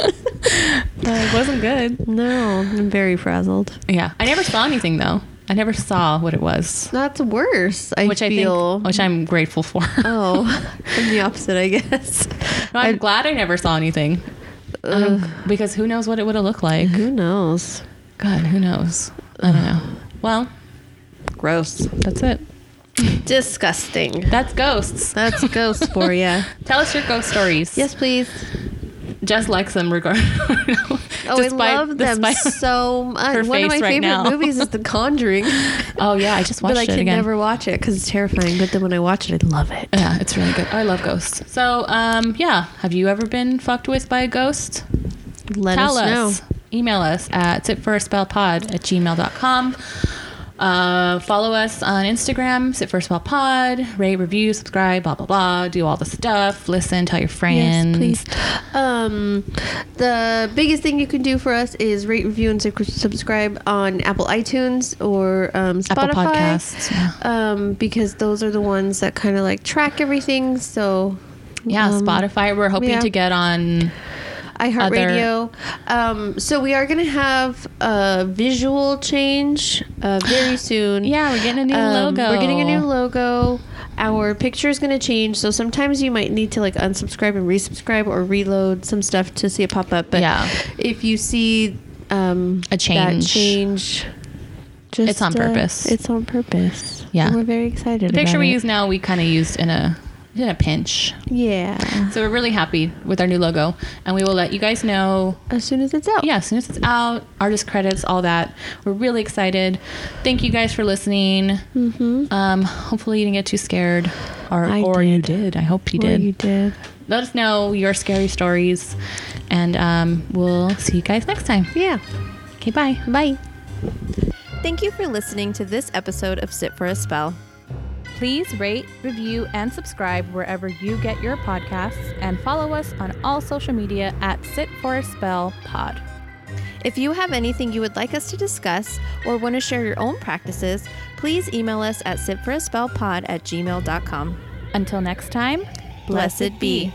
S3: Uh, it wasn't good.
S1: No, I'm very frazzled.
S3: Yeah. I never saw anything though. I never saw what it was,
S1: That's worse. I
S3: which I
S1: feel.
S3: think, which I'm grateful for.
S1: [laughs] oh, I'm the opposite, I guess.
S3: No, I'm
S1: I-
S3: glad I never saw anything. Um, because who knows what it would have looked like?
S1: Who knows?
S3: God, who knows? I don't know. Well,
S1: Gross. [laughs]
S3: that's it.
S1: Disgusting.
S3: That's ghosts.
S1: That's ghosts for you.
S3: [laughs] Tell us your ghost stories.
S1: Yes, please.
S3: Jess likes them [laughs] regardless. oh,
S1: Oh, I love them so much.
S3: [laughs]
S1: One
S3: her
S1: of my
S3: face right
S1: favorite
S3: now.
S1: movies is The Conjuring,
S3: [laughs] Oh yeah, I just watched
S1: but I
S3: it
S1: can
S3: again.
S1: never watch it because it's terrifying. But then when I watch it, I love it.
S3: yeah, it's really good. I love ghosts. So, um, yeah, have you ever been fucked with by a ghost?
S1: Let
S3: Tell
S1: us know.
S3: us. Email us at sitforspellpod at gmail.com. Uh, follow us on Instagram, sit for a spell pod, rate, review, subscribe, blah, blah, blah. Do all the stuff. Listen, tell your friends.
S1: Yes, please. Um, the biggest thing you can do for us is rate, review, and sub- subscribe on Apple iTunes or um, Spotify.
S3: Apple Podcasts, yeah.
S1: Um, because those are the ones that kind of like track everything. So
S3: Yeah,
S1: um,
S3: Spotify. We're hoping
S1: yeah.
S3: to get on.
S1: iHeartRadio. Um, so we are going to have a visual change uh,
S3: [gasps]
S1: very soon.
S3: Yeah, we're getting a new
S1: Um,
S3: logo.
S1: We're getting a new logo. Our picture is going to change, so sometimes you might need to like unsubscribe and resubscribe or reload some stuff to see it pop up. But
S3: Yeah.
S1: if you see um,
S3: A
S1: that
S3: change.
S1: change, just uh,
S3: It's on purpose.
S1: It's on purpose.
S3: Yeah.
S1: And we're very excited.
S3: The picture
S1: about
S3: we
S1: it.
S3: use now, we kind of used in a in a pinch.
S1: Yeah,
S3: So we're really happy with our new logo, and we will let you guys know.
S1: as soon as it's out.
S3: Yeah, as soon as it's out, artist credits, all that. We're really excited. Thank you guys for listening. Mm-hmm. Um, hopefully you didn't get too scared, or
S1: I
S3: or you did. I hope you
S1: Or
S3: did.
S1: you did.
S3: Let us know your scary stories, and um, we'll see you guys next time.
S1: Yeah.
S3: Okay, bye.
S1: Bye.
S4: Thank you for listening to this episode of Sit for a Spell.
S2: Please rate, review, and subscribe wherever you get your podcasts, and follow us on all social media at Sit for a Spell Pod.
S4: If you have anything you would like us to discuss or want to share your own practices, please email us at sitforaspellpod at gmail.com.
S2: Until next time,
S4: Blessed be.